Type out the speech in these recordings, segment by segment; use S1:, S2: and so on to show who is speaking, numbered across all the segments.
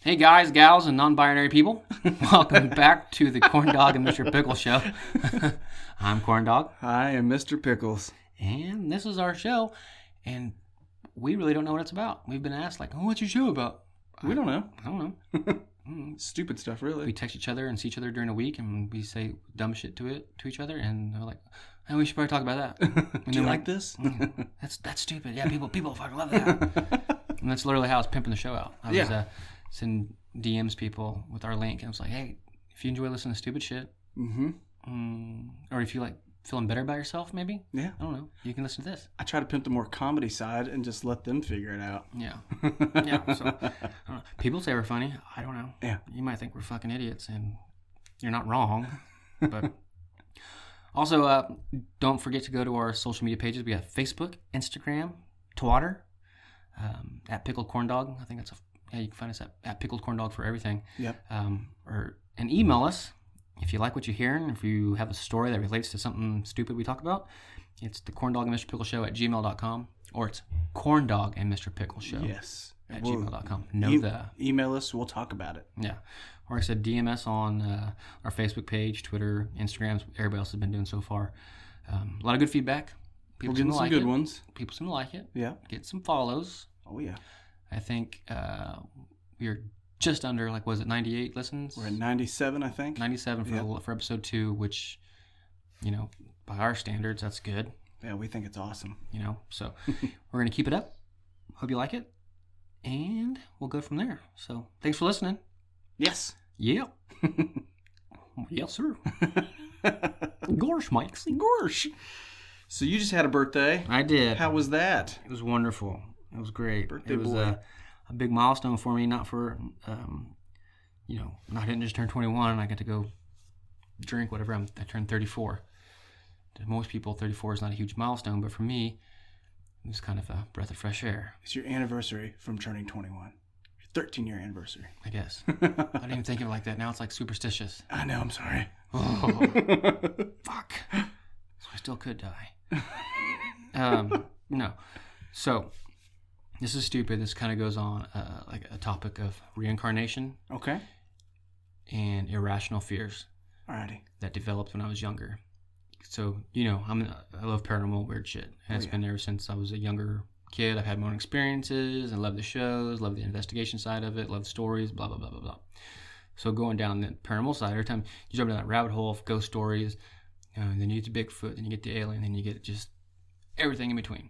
S1: Hey guys, gals, and non-binary people, welcome back to the Corn Dog and Mr. Pickle Show. I'm Corn Dog,
S2: I am Mr. Pickles.
S1: and this is our show, and we really don't know what it's about. We've been asked like, oh, "What's your show about?"
S2: We don't know.
S1: I don't know. Mm.
S2: Stupid stuff,
S1: we
S2: really.
S1: text each other and see each other during the week, and we say dumb shit to it to each other, and they're like, "Hey, we should probably talk about that."
S2: Do you like this?
S1: That's that's stupid. Yeah, people people fucking love that. and that's literally how I was pimping the show out. I was
S2: Yeah.
S1: uh, sending DMs people with our link, and I was like, "Hey, if you enjoy listening to stupid shit,
S2: mm-hmm.
S1: mm, or if you like feeling better about yourself, maybe
S2: Yeah.
S1: I don't know, you can listen to this."
S2: I try to pimp the more comedy side and just let them figure it out.
S1: Yeah, yeah. So I don't know. people say we're funny. I don't know.
S2: Yeah.
S1: you might think we're fucking idiots, and you're not wrong, but. Also, uh, don't forget to go to our social media pages. We have Facebook, Instagram, Twitter, um, at Pickled Corn Dog. I think that's a yeah. You can find us at, at Pickled Corn Dog for everything.
S2: Yep.
S1: Um, or and email us if you like what you're hearing. If you have a story that relates to something stupid we talk about, it's the Corn Dog and Mr Pickle Show at gmail.com or it's Corn Dog and Mr Pickle Show
S2: Yes.
S1: at
S2: We'll-
S1: gmail.com. Know
S2: e-
S1: the
S2: email us. We'll talk about it.
S1: yeah. Or I said DMS on uh, our Facebook page, Twitter, Instagrams. Everybody else has been doing so far. Um, a lot of good feedback. People
S2: We're getting some
S1: like
S2: good
S1: it.
S2: ones.
S1: People seem to like it.
S2: Yeah.
S1: Get some follows.
S2: Oh yeah.
S1: I think uh, we are just under like was it 98 listens?
S2: We're at 97, I think.
S1: 97 for
S2: Yeah.
S1: the, for episode two, which you know by our standards that's good.
S2: Yeah, we think it's awesome.
S1: You know, so we're gonna keep it up. Hope you like it, and we'll go from there. So thanks for listening.
S2: Yes.
S1: Yeah. yes, sir. Gorsh, Mike.
S2: Gorsh. So you just had a birthday.
S1: I did.
S2: How was that?
S1: it was wonderful. It was great.
S2: Birthday
S1: it was
S2: boy.
S1: A, a big milestone for me. Not for, um, you know, I didn't just turn 21 and I got to go drink whatever. I'm, I turned 34. To most people, 34 is not a huge milestone, but for me, it was kind of a breath of fresh air,
S2: It's your anniversary from turning 21. Your 13 year anniversary.
S1: I guess. I didn't even think of it like that. Now it's like superstitious.
S2: I know. I'm sorry.
S1: Oh, fuck. So I still could die. Um, no. So this is stupid. This kind of goes on uh, like a topic of reincarnation
S2: Okay.
S1: and irrational fears
S2: Alrighty.
S1: that developed when I was younger. So you know, I'm I love paranormal weird shit, and it's
S2: yeah.
S1: been there since I was a younger kid. I've had my own experiences, and love the shows, love the investigation side of it, love stories, blah blah blah blah blah. So going down the paranormal side, every time you jump down that rabbit hole of ghost stories, you know, then you get to Bigfoot, then you get the alien, then you get just everything in between.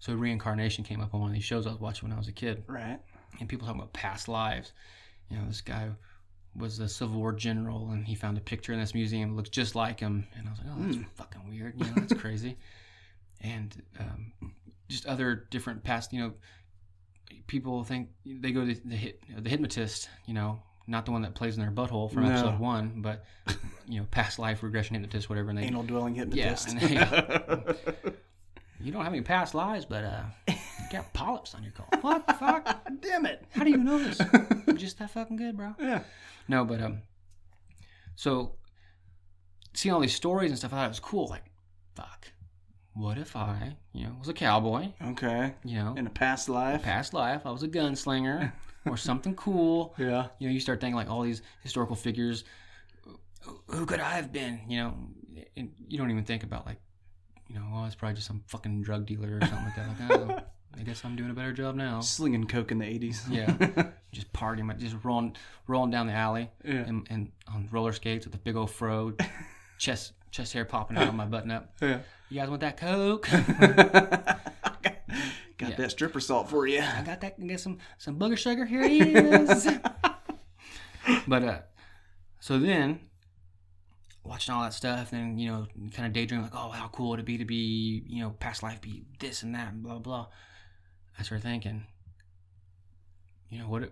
S1: So reincarnation came up on one of these shows I was watching when I was a kid
S2: Right.
S1: and people talking about past lives. You know, this guy was a Civil War general, and he found a picture in this museum that looked just like him. And I was like, oh, that's fucking weird. You know, that's crazy. And um, just other different past, you know, people think they go to the, hit, the hypnotist, you know, not the one that plays in their butthole from
S2: No.
S1: episode one, but, you know, past life regression hypnotist, whatever. And they,
S2: Anal dwelling
S1: yeah,
S2: hypnotist.
S1: and they- you don't have any past lives, but uh, you got polyps on your colon. What the fuck?
S2: Damn it.
S1: How do you know this? I'm just that fucking good, bro.
S2: Yeah.
S1: No, but um, so seeing all these stories and stuff, I thought it was cool. Like, fuck, what if I, you know, was a cowboy?
S2: Okay.
S1: You know,
S2: In a past life.
S1: past life, I was a gunslinger or something cool.
S2: Yeah.
S1: You know, you start thinking like all these historical figures. who- Who could I have been? You know, and you don't even think about like, you know, oh, it's probably just some fucking drug dealer or something like that. Like, oh, I guess I'm doing a better job now.
S2: Slinging coke in the 80s.
S1: Yeah, just partying, but just rolling, rolling down the alley,
S2: Yeah.
S1: and, and on roller skates with a big old fro, chest chest hair popping out on my button up.
S2: Yeah.
S1: You guys want that coke?
S2: Got that stripper salt for you.
S1: I got that. Can get some some booger sugar. Here it is. but uh, so then watching all that stuff, then you know, kind of daydreaming like, oh, how cool would it be to be, you know, past life be this and that and blah blah. I started thinking, you know, what if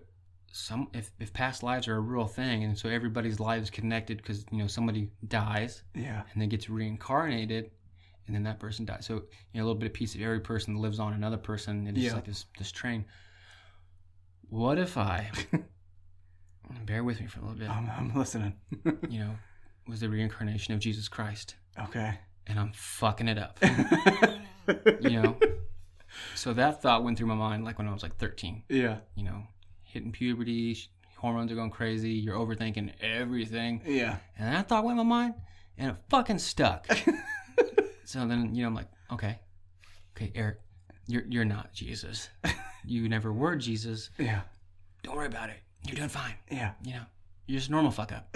S1: some if if past lives are a real thing, and so everybody's lives connected because you know somebody dies
S2: Yeah.
S1: and then gets reincarnated and then that person dies so you know a little bit of piece of every person lives on another person and it's just
S2: Yeah.
S1: like this this train what if i bear with me for a little bit
S2: I'm, I'm listening.
S1: you know was the reincarnation of jesus christ
S2: Okay.
S1: and i'm fucking it up you know so that thought went through my mind like when i was like 13
S2: yeah.
S1: you know hitting puberty sh- hormones are going crazy. You're overthinking everything.
S2: Yeah.
S1: And that thought went in my mind, and it fucking stuck. so then, you know, I'm like, okay, okay, Eric, you're you're not Jesus. You never were Jesus.
S2: Yeah.
S1: Don't worry about it. You're doing fine.
S2: Yeah.
S1: You know, you're just a normal fuck up.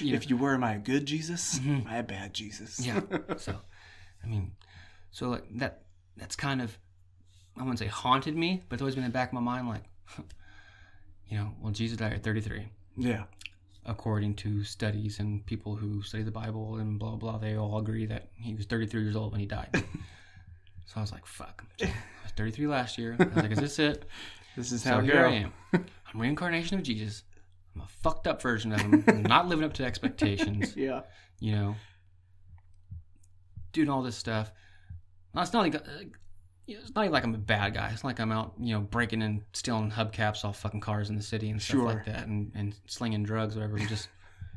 S1: You know.
S2: If you were, am I a good Jesus?
S1: Mhm.
S2: Am I a bad Jesus?
S1: Yeah. So, I mean, so like that. That's kind of I wouldn't say haunted me, but it's always been in the back of my mind. Like, you know, well, Jesus died at 33,
S2: yeah.
S1: according to studies and people who study the Bible and blah blah. They all agree that he was 33 years old when he died. so I was like, fuck. I was 33 last year. I was like, is this it?
S2: This is
S1: So
S2: how
S1: here I
S2: here
S1: am. I'm reincarnation of Jesus. I'm a fucked up version of him. I'm not living up to expectations
S2: Yeah.
S1: you know, doing all this stuff. Now, It's not like uh, you know, it's not even like I'm a bad guy. It's not like I'm out, you know, breaking and stealing hubcaps off fucking cars in the city and stuff like
S2: Sure.
S1: that, and, and slinging drugs, whatever. I'm just,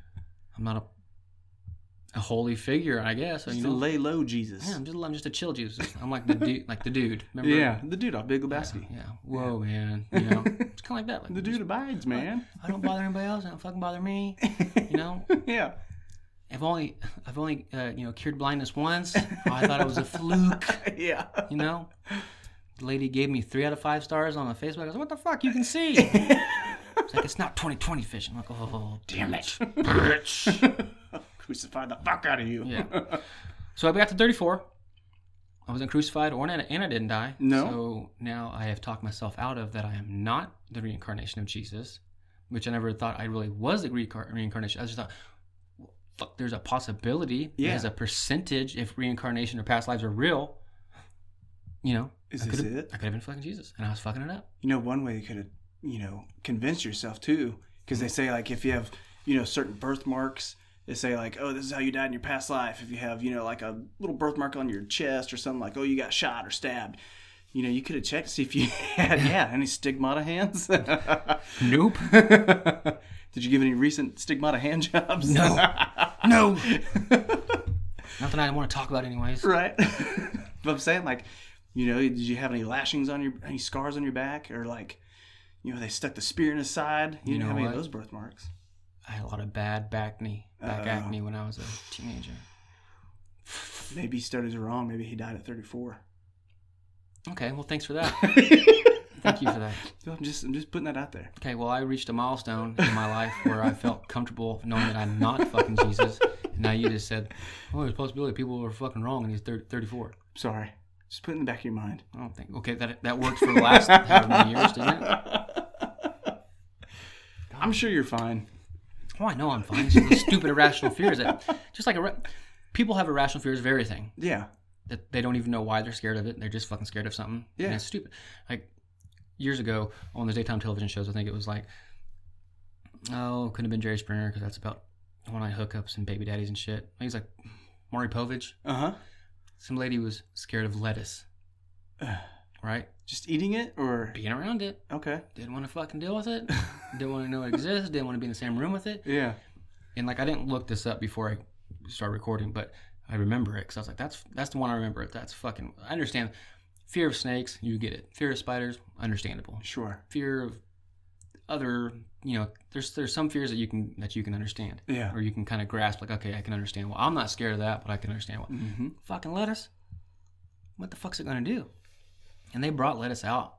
S1: I'm not a, a holy figure, I guess. Or,
S2: Just
S1: you
S2: to
S1: know,
S2: lay low Jesus.
S1: yeah, I'm just, I'm just a chill Jesus. I'm like the dude, like the dude. Remember?
S2: Yeah, the dude off Big Lebowski.
S1: Yeah. Whoa, man. You know, it's kind of like that. Like,
S2: The dude abides, man.
S1: I don't bother anybody else. I don't fucking bother me. You know,
S2: yeah.
S1: I've only I've only uh, you know cured blindness once. I thought it was a fluke.
S2: Yeah.
S1: You know, the lady gave me three out of five stars on the Facebook. I was like, "What the fuck? You can see." It's like it's not 2020 vision. I'm like, oh damn it, bitch.
S2: Crucify the fuck out of you.
S1: Yeah. So I got to 34. I wasn't crucified or and and I didn't die.
S2: No.
S1: So now I have talked myself out of that. I am not the reincarnation of Jesus, which I never thought I really was the reincar- reincarnation. I just thought, well, fuck, there's a possibility.
S2: Yeah.
S1: There's a percentage if reincarnation or past lives are real. You know,
S2: Is
S1: I
S2: this
S1: could've-
S2: it?
S1: I could have been fucking Jesus, and I was fucking it up.
S2: You know, one way you could have, you know, convinced yourself too, because
S1: Mm.
S2: they say like if you have, you know, certain birthmarks, they say like, oh, this is how you died in your past life. If you have, you know, like a little birthmark on your chest or something like, oh, you got shot or stabbed. You know, you could have checked to see if you had, yeah, any stigmata hands.
S1: Nope.
S2: Did you give any recent stigmata hand jobs?
S1: No. no. Not that I want to talk about, anyways.
S2: right? but I'm saying, like, you know, did you have any lashings on your, any scars on your back, or like, you know, they stuck the spear in his side? You, didn't
S1: know
S2: have any of
S1: what?
S2: those birthmarks.
S1: I had a lot of bad back knee, back
S2: Uh-oh.
S1: acne when I was a teenager.
S2: Maybe studies are wrong. Maybe he died at 34.
S1: Okay, well, thanks for that.
S2: So
S1: Thank you for that.
S2: I'm just, I'm just putting that out there.
S1: Okay, well, I reached a milestone in my life where I felt comfortable knowing that I'm not fucking Jesus. And now you just said, oh, there's a possibility people were fucking wrong and he's 30, 34.
S2: Sorry, just put it in the back of your mind.
S1: I don't think. Okay, that that worked for the last however many years, didn't it?
S2: I'm sure you're fine.
S1: Oh, I know I'm fine. It's just those stupid irrational fears that, just like a, people have irrational fears of everything.
S2: Yeah,
S1: that they don't even know why they're scared of it. They're just fucking scared of something.
S2: Yeah.
S1: and it's stupid. Like years ago on the daytime television shows, I think it was like, oh, couldn't have been Jerry Springer because that's about one night hookups and baby daddies and shit. He's like Maury Povich.
S2: uh huh.
S1: Some lady was scared of lettuce, right?
S2: Just eating it, or
S1: Being around it,
S2: okay,
S1: didn't want to fucking deal with it. didn't want to know it exists. Didn't want to be in the same room with it.
S2: yeah,
S1: And like I didn't look this up before I started recording, but I remember it because I was like, "That's that's the one I remember. That's fucking. I understand. Fear of snakes, you get it. Fear of spiders, understandable.
S2: sure,
S1: Fear of other, you know, there's there's some fears that you can that you can understand
S2: yeah.
S1: or you can kind of grasp. Like, okay, I can understand. Well, I'm not scared of that, but I can understand. Well,
S2: Mm-hmm.
S1: fucking lettuce. What the fuck's it gonna do? And they brought lettuce out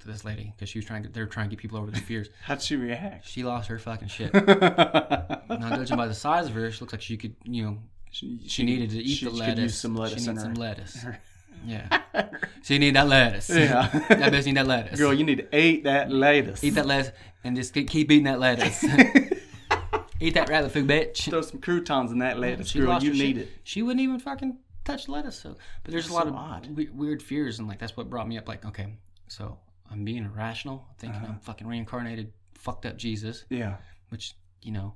S1: to this lady because she was trying to. They were trying to get people over their fears.
S2: How'd she react?
S1: She lost her fucking shit.
S2: she,
S1: Now, judging by the size of her, she looks like she could, you know, she needed to eat
S2: she
S1: the
S2: could
S1: lettuce.
S2: use some lettuce
S1: She
S2: in
S1: needs some
S2: her-
S1: lettuce.
S2: her-
S1: Yeah. she need that lettuce. that
S2: Yeah.
S1: bitch need that lettuce.
S2: Girl, you need to eat that lettuce.
S1: eat that lettuce and just keep, keep eating that lettuce. eat that rabbit food, bitch.
S2: Throw some croutons in that lettuce.
S1: She
S2: Girl,
S1: lost
S2: you
S1: her
S2: need
S1: shit.
S2: it.
S1: She wouldn't even fucking touch lettuce. So, but there's a lot
S2: so
S1: of
S2: odd.
S1: we- weird fears, and like that's what brought me up. Like, okay, so I'm being irrational, thinking
S2: Uh-huh.
S1: I'm fucking reincarnated, fucked up Jesus,
S2: Yeah.
S1: which you know.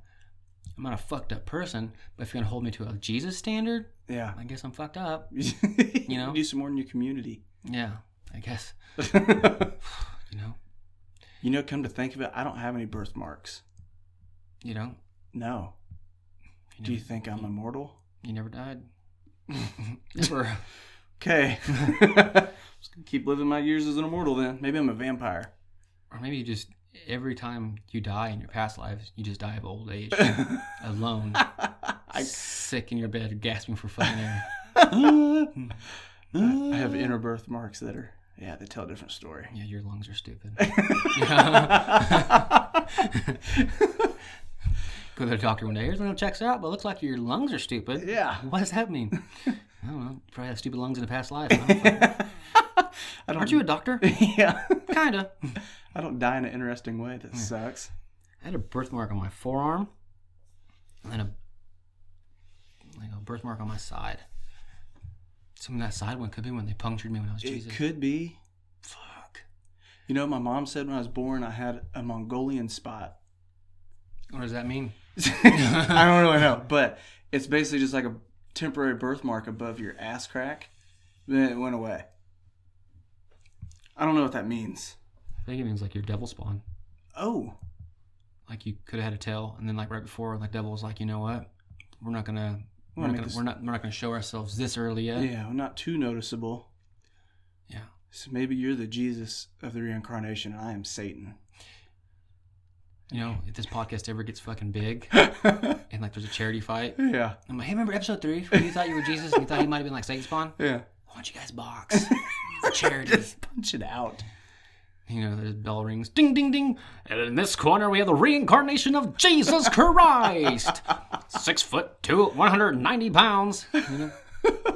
S1: I'm not a fucked up person, but if you're gonna hold me to a Jesus standard,
S2: Yeah.
S1: I guess I'm fucked up.
S2: you
S1: know?
S2: do some more in your community.
S1: Yeah, I guess. You know,
S2: you know, come to think of it, I don't have any birthmarks.
S1: you don't.
S2: No.
S1: You Mm.
S2: Do you
S1: never,
S2: think I'm immortal?
S1: you never died. Never.
S2: Okay. Just gonna keep living my years as an immortal then. Maybe I'm a vampire.
S1: or maybe you just every time you die in your past lives, you just die of old age, alone,
S2: I,
S1: sick in your bed, gasping for fucking air.
S2: I have inner birthmarks that are yeah, they tell a different story.
S1: Yeah, your lungs are stupid. Go to the doctor one day. Here's when it checks out, but it looks like your lungs are stupid.
S2: yeah.
S1: What does that mean? I don't know. You probably have stupid lungs in a past life. I don't know.
S2: I don't,
S1: Aren't you a doctor?
S2: Yeah.
S1: Kinda.
S2: I don't die in an interesting way. That sucks.
S1: I had a birthmark on my forearm, and then a like a birthmark on my side. Some of that side one could be when they punctured me when I was Jesus.
S2: It could be.
S1: Fuck.
S2: You know, my mom said when I was born, I had a Mongolian spot.
S1: What does that mean?
S2: I don't really know, but it's basically just like a temporary birthmark above your ass crack. Then it went away. I don't know what that means.
S1: I think it means like your devil spawn.
S2: Oh,
S1: Like you could have had a tail, and then like right before, like devil was like, you know what? We're not gonna. We're not
S2: Wanna make
S1: gonna,
S2: this-
S1: we're not we're not gonna show ourselves this early yet.
S2: yeah, well, not too noticeable.
S1: Yeah.
S2: So maybe you're the Jesus of the reincarnation, and I am Satan.
S1: You know, if this podcast ever gets fucking big and like there's a charity fight,
S2: yeah,
S1: I'm like, hey, remember episode three where you thought you were Jesus and you thought you might have been like Satan spawn?
S2: yeah.
S1: Why don't you guys box for charity?
S2: Just punch it out.
S1: You know, the bell rings, ding, ding, ding. And in this corner, we have the reincarnation of Jesus Christ. Six foot two, 190 pounds. You know,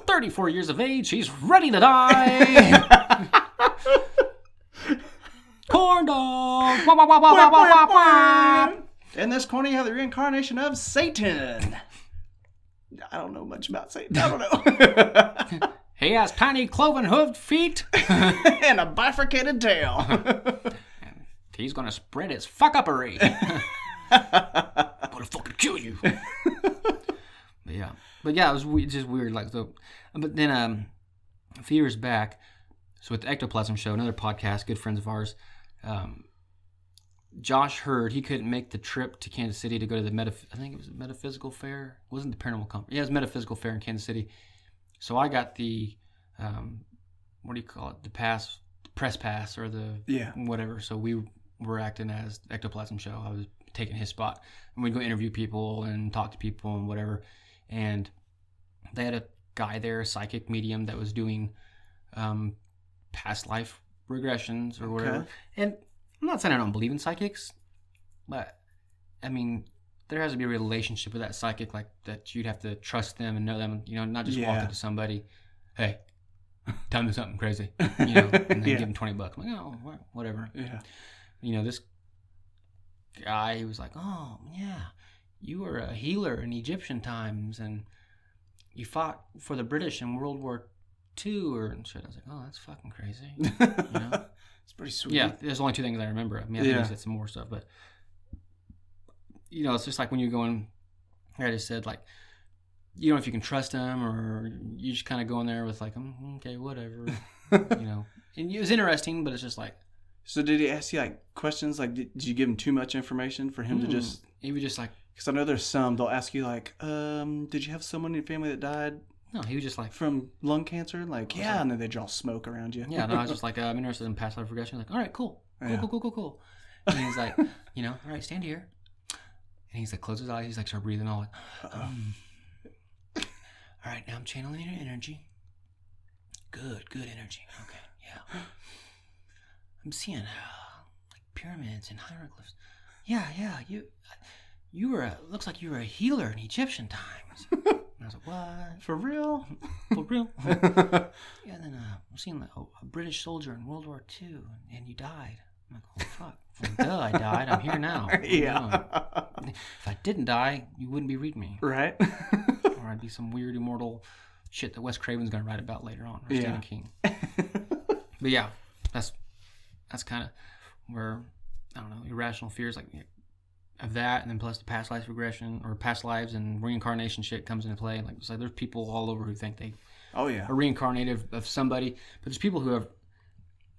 S1: 34 years of age. He's ready to die. Corn dog. Wah, wah, wah, wah, wah, wah, wah, wah.
S2: In this corner, you have the reincarnation of Satan. I don't know much about Satan. I don't know.
S1: He has tiny cloven hooved feet.
S2: and a bifurcated tail.
S1: He's going to spread his fuck uppery. gonna fucking kill you. but yeah, but yeah, it was we- just weird. Like so, but then um, a few years back, so with the Ectoplasm Show, another podcast, good friends of ours, um, Josh Hurd, he couldn't make the trip to Kansas City to go to the metaph- I think it was the metaphysical fair. It wasn't the paranormal conference? Yeah, it was metaphysical fair in Kansas City. So I got the um, what do you call it? The pass, press pass, or the
S2: yeah.
S1: whatever. So we were acting as Ectoplasm Show. I was taking his spot, and we'd go interview people and talk to people and whatever. And they had a guy there, a psychic medium, that was doing um, past life regressions or whatever.
S2: Okay.
S1: And I'm not saying I don't believe in psychics, but I mean. There has to be a relationship with that psychic, like that you'd have to trust them and know them, you know, not just walk
S2: Yeah.
S1: up to somebody, hey, tell me something crazy, you know, and then
S2: Yeah.
S1: give them 20 bucks. I'm like, oh, wha- whatever
S2: Yeah.
S1: you know, this guy he was like, "Oh, yeah, you were a healer in Egyptian times, and you fought for the British in World War Two or and shit." I was like, "Oh, that's fucking crazy." Yeah.
S2: It's pretty sweet.
S1: yeah, there's only two things I remember. I mean, I think
S2: Yeah.
S1: he said some more stuff, but you know, it's just like when you're going. like I just said like. You don't know if you can trust him, or you just kind of go in there with like, "Mm, okay, whatever, you know. And it was interesting, but it's just like
S2: So did he ask you like questions? Like, did, did you give him too much information for him to
S1: mm.
S2: just?
S1: it was just like
S2: Because I know there's some they'll ask you like, um, did you have someone in your family that died
S1: no, he was just like
S2: from lung cancer? Like, yeah, and then they draw smoke around you.
S1: Yeah, no, I was just like, uh, I'm interested in past life regression. Like, all right, cool, cool,
S2: Yeah.
S1: cool, cool, cool, cool. And he's like, you know, all right, stand here. And he's like, close his eyes. He's like, start breathing. All like, um, all right, now I'm channeling your energy. Good, good energy. Okay, yeah. I'm seeing uh, like pyramids and hieroglyphs. Yeah, yeah. You, you were a, looks like you were a healer in Egyptian times. And I was like, what?
S2: For real?
S1: For real?
S2: yeah.
S1: Yeah, then uh, I'm seeing like, oh, a British soldier in World War II, and, and you died. I'm like, oh fuck, well, duh, I died. I'm here now. What am I doing? If I didn't die, you wouldn't be reading me,
S2: right.
S1: or I'd be some weird immortal shit that Wes Craven's gonna write about later on, or
S2: Yeah.
S1: Stephen King. but yeah, that's that's kind of where I don't know irrational fears like of that, and then plus the past life regression or past lives and reincarnation shit comes into play. Like, so there's people all over who think they
S2: oh yeah.
S1: are reincarnated of, of somebody, but there's people who have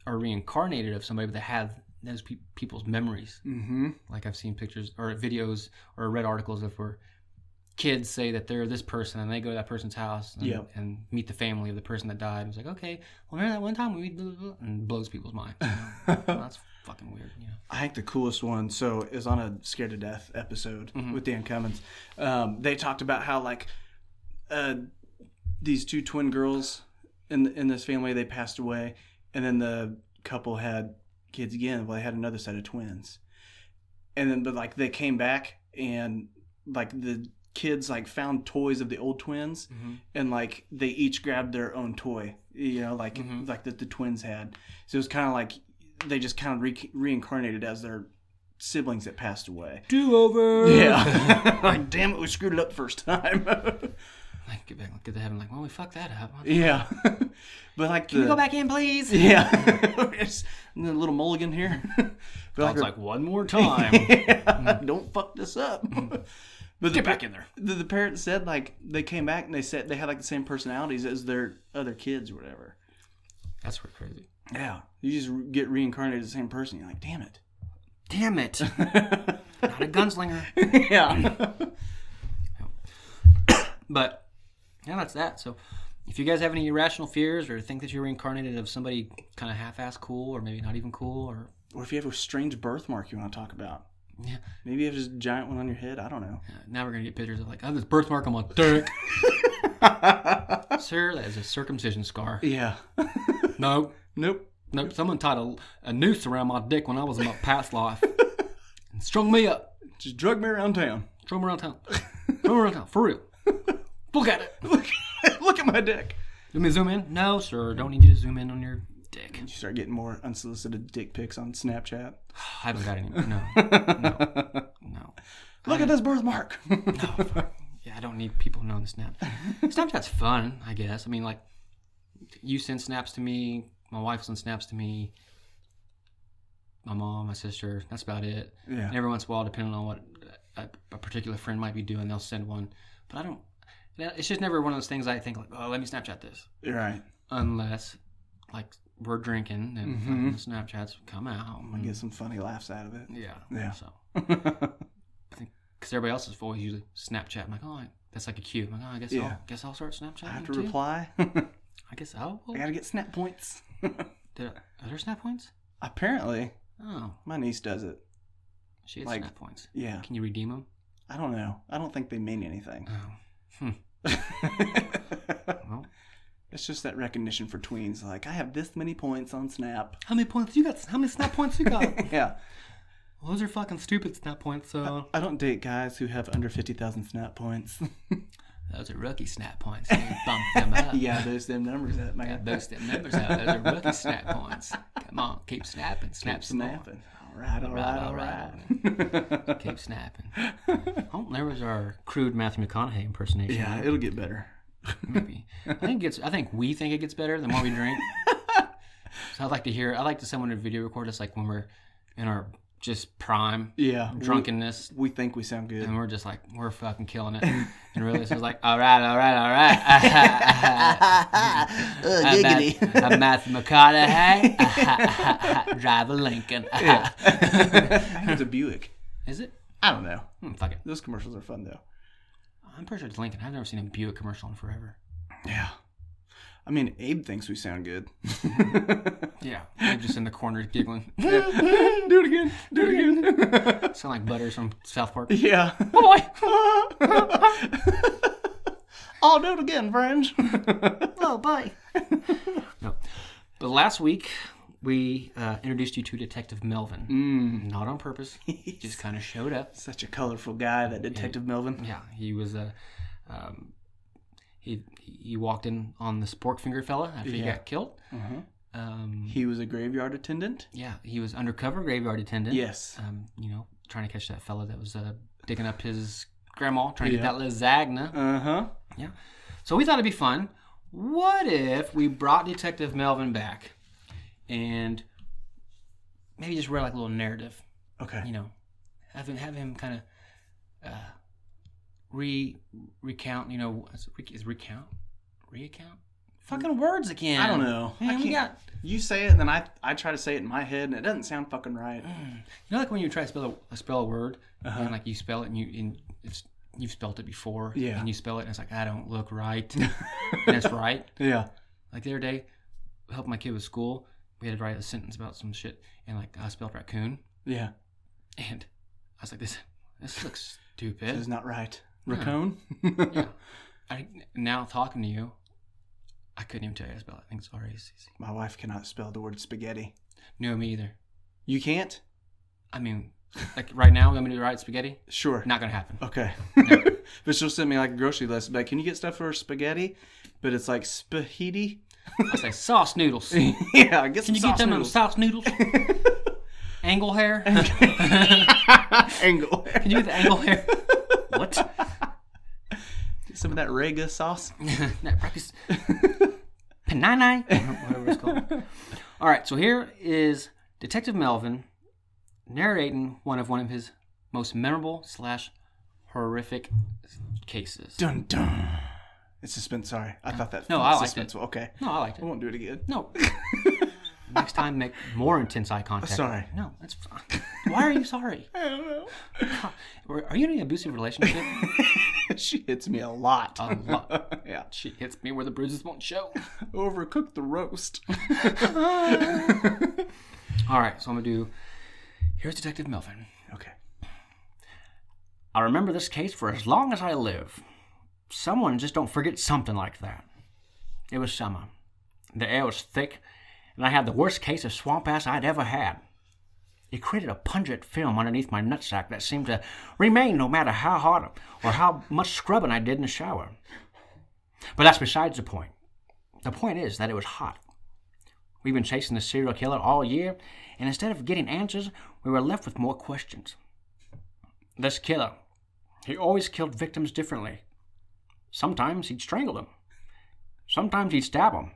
S1: are reincarnated of somebody, but they have those pe- people's memories.
S2: Mm-hmm.
S1: Like I've seen pictures or videos or read articles of where kids say that they're this person and they go to that person's house and,
S2: Yep.
S1: and meet the family of the person that died. It's like, okay, well, remember that one time we blah, blah, blah, and blows people's mind. You know? Well, that's fucking weird. You know?
S2: I think the coolest one. So is on a Scared to Death episode with Dan Cummins. Um, they talked about how like uh, these two twin girls in in this family they passed away, and then the couple had kids again. Well, they had another set of twins, and then but like they came back and like the kids like found toys of the old twins and like they each grabbed their own toy you know like
S1: Mm-hmm.
S2: like that the twins had so it was kind of like they just kind of re- reincarnated as their siblings that passed away
S1: Do over.
S2: yeah like damn it we screwed it up first time
S1: Like, get back, get to heaven. Like, well, we fucked that up. Can
S2: yeah but like the,
S1: we go back in, please?
S2: yeah It's- and then a little mulligan here but
S1: It's like one more time.
S2: don't fuck this up but
S1: get back in there.
S2: the, the parents said like they came back and they said they had like the same personalities as their other kids or whatever.
S1: That's pretty crazy.
S2: Yeah, you just re- get reincarnated as the same person. You're like, damn it.
S1: Damn it! Not a gunslinger.
S2: yeah.
S1: But yeah, that's that. So if you guys have any irrational fears or think that you're reincarnated of somebody kind of half-ass cool or maybe not even cool or
S2: or if you have a strange birthmark you want to talk about,
S1: yeah,
S2: maybe you have this giant one on your head. I don't know.
S1: uh, now we're gonna get pictures of like I have this birthmark on my dick. Sir, that is a circumcision scar.
S2: Yeah.
S1: No,
S2: nope.
S1: no, someone tied a, a noose around my dick when I was in my past life and strung me up,
S2: Just drug me around town.
S1: strung me around town, strung me around town for real. Look at it.
S2: Look, look at my dick.
S1: Let me to zoom in. No, sir, don't need you to zoom in on your dick.
S2: You start getting more unsolicited dick pics on Snapchat.
S1: I haven't got any. No, no, no.
S2: Look at this birthmark.
S1: Yeah, I don't need people knowing Snap. Snapchat's fun, I guess. I mean, like, you send snaps to me, my wife sends snaps to me, my mom, my sister. That's about it.
S2: Yeah.
S1: And every once in a while, depending on what a, a particular friend might be doing, they'll send one. But I don't. It's just never one of those things I think like, oh, let me Snapchat this,
S2: You're right.
S1: unless like we're drinking and fucking Snapchats come out.
S2: Get some funny laughs out of it.
S1: Mm-hmm. Yeah.
S2: Yeah.
S1: So because everybody else's voice usually Snapchat. I'm like, oh, that's like a cue. I'm like, oh, I guess
S2: Yeah.
S1: I'll guess I'll start Snapchat.
S2: I have to
S1: too.
S2: reply. I
S1: I guess I'll.
S2: gotta get snap points.
S1: Did I, are there snap points?
S2: Apparently,
S1: Oh,
S2: my niece does it.
S1: she has
S2: Like-
S1: snap points.
S2: Yeah.
S1: Can you redeem them?
S2: I don't know. I don't think they mean anything.
S1: Oh,
S2: Hmm.
S1: well,
S2: it's just that recognition for tweens. Like, I have this many points on Snap.
S1: how many points you got? How many snap points you
S2: Oh.
S1: got?
S2: Yeah.
S1: well, those are fucking stupid snap points. So
S2: I don't date guys who have under 50,000 Snap points.
S1: those are rookie snap points. You bump them up.
S2: yeah, those them numbers up, man.
S1: Boost them numbers out. Those are rookie snap points. Come on, keep snapping, snap some more.
S2: Snapping. All right, all
S1: Right,
S2: right, all
S1: alright,
S2: right.
S1: Keep snapping. Oh, there was our crude Matthew McConaughey impersonation.
S2: Yeah, it'll get better.
S1: Maybe. I think it gets. I think we think it gets better the more we drink. so I'd like to hear. I'd like to someone to video record us like when we're in our just prime
S2: Yeah. we-
S1: drunkenness.
S2: We, think we sound good.
S1: And we're just like we're fucking killing it, and really it's just like all right, all right, all right. I'm, Matt, I'm Matthew McConaughey. Drive a Lincoln.
S2: I think it's a Buick.
S1: Is it?
S2: I don't know.
S1: Hmm, fuck it.
S2: Those commercials are fun, though.
S1: I'm pretty sure it's Lincoln. I've never seen a Buick commercial in forever.
S2: Yeah. I mean, Abe thinks we sound good.
S1: Yeah, I'm just in the corner giggling.
S2: Do it again. Do it again.
S1: Sound like Butters from South Park.
S2: yeah.
S1: Oh, Boy,
S2: I'll do it again, friends.
S1: oh boy. no, but last week we uh, introduced you to Detective Melvin. Mm. Not on purpose. He just kind of showed up.
S2: Such a colorful guy, that Detective Melvin.
S1: Yeah, he was a. Um, he he walked in on this pork finger fella after he got killed. Um,
S2: He was a graveyard attendant.
S1: yeah, he was undercover graveyard attendant.
S2: Yes.
S1: Um, you know, trying to catch that fella that was uh, digging up his grandma, trying to get that lasagna.
S2: Uh huh.
S1: Yeah. So we thought it'd be fun. What if we brought Detective Melvin back and maybe just read like a little narrative, you
S2: Okay.
S1: know, have him, have him kind of uh, re recount, you know, is re- is recount? Reaccount? Fucking words again.
S2: I don't know. I
S1: Man, we
S2: can't-
S1: got,
S2: You say it, and then I I try to say it in my head, and it doesn't sound fucking right.
S1: you know, like when you try to spell a, spell a word
S2: Uh-huh.
S1: and like you spell it and you, and it's, you've spelled it before
S2: Yeah.
S1: and you spell it and it's like, I don't look right. and it's right.
S2: Yeah.
S1: Like the other day, helping my kid with school, we had to write a sentence about some shit, and like I spelled raccoon,
S2: Yeah.
S1: And I was like, this this looks
S2: This
S1: stupid.
S2: is not right.
S1: Yeah.
S2: Raccoon?
S1: yeah. I, now talking to you, I couldn't even tell you how to spell it. I think it's R A C C.
S2: My wife cannot spell the word spaghetti.
S1: No, me either.
S2: You can't?
S1: I mean, like right now, I'm going to write spaghetti.
S2: Sure.
S1: Not going to happen.
S2: Okay. but she'll send me like a grocery list. Like, can you get stuff for spaghetti? But it's like spaghetti.
S1: I say sauce noodles. Can
S2: yeah, I guess
S1: you get them on sauce noodles? angle hair? Can
S2: angle. Can
S1: you get the angle hair? What?
S2: some of that rega sauce?
S1: that practice. Panini? Whatever it's called. All right, so here is Detective Melvin narrating one of one of his most memorable slash horrific cases.
S2: Dun dun. It's suspense. Sorry, I thought that.
S1: No, I liked it.
S2: suspense. Okay,
S1: No, I liked
S2: I
S1: it.
S2: won't do it again.
S1: No. Next time, make more intense eye contact.
S2: Sorry.
S1: No, that's fine. Why are you sorry?
S2: I don't know.
S1: Are are you in an abusive relationship?
S2: she hits me a lot.
S1: A lot.
S2: yeah,
S1: She hits me where the bruises won't show.
S2: overcooked the roast.
S1: All right, so I'm gonna do. Here's Detective Melvin.
S2: okay.
S1: I remember this case for as long as I live. Someone just don't forget something like that. It was summer. The air was thick, and I had the worst case of swamp ass I'd ever had. It created a pungent film underneath my nutsack that seemed to remain no matter how hard or how much scrubbing I did in the shower. But that's besides the point. The point is that it was hot. We've been chasing the serial killer all year, and instead of getting answers, we were left with more questions. This killer, he always killed victims differently. Sometimes he'd strangle them, sometimes he'd stab them.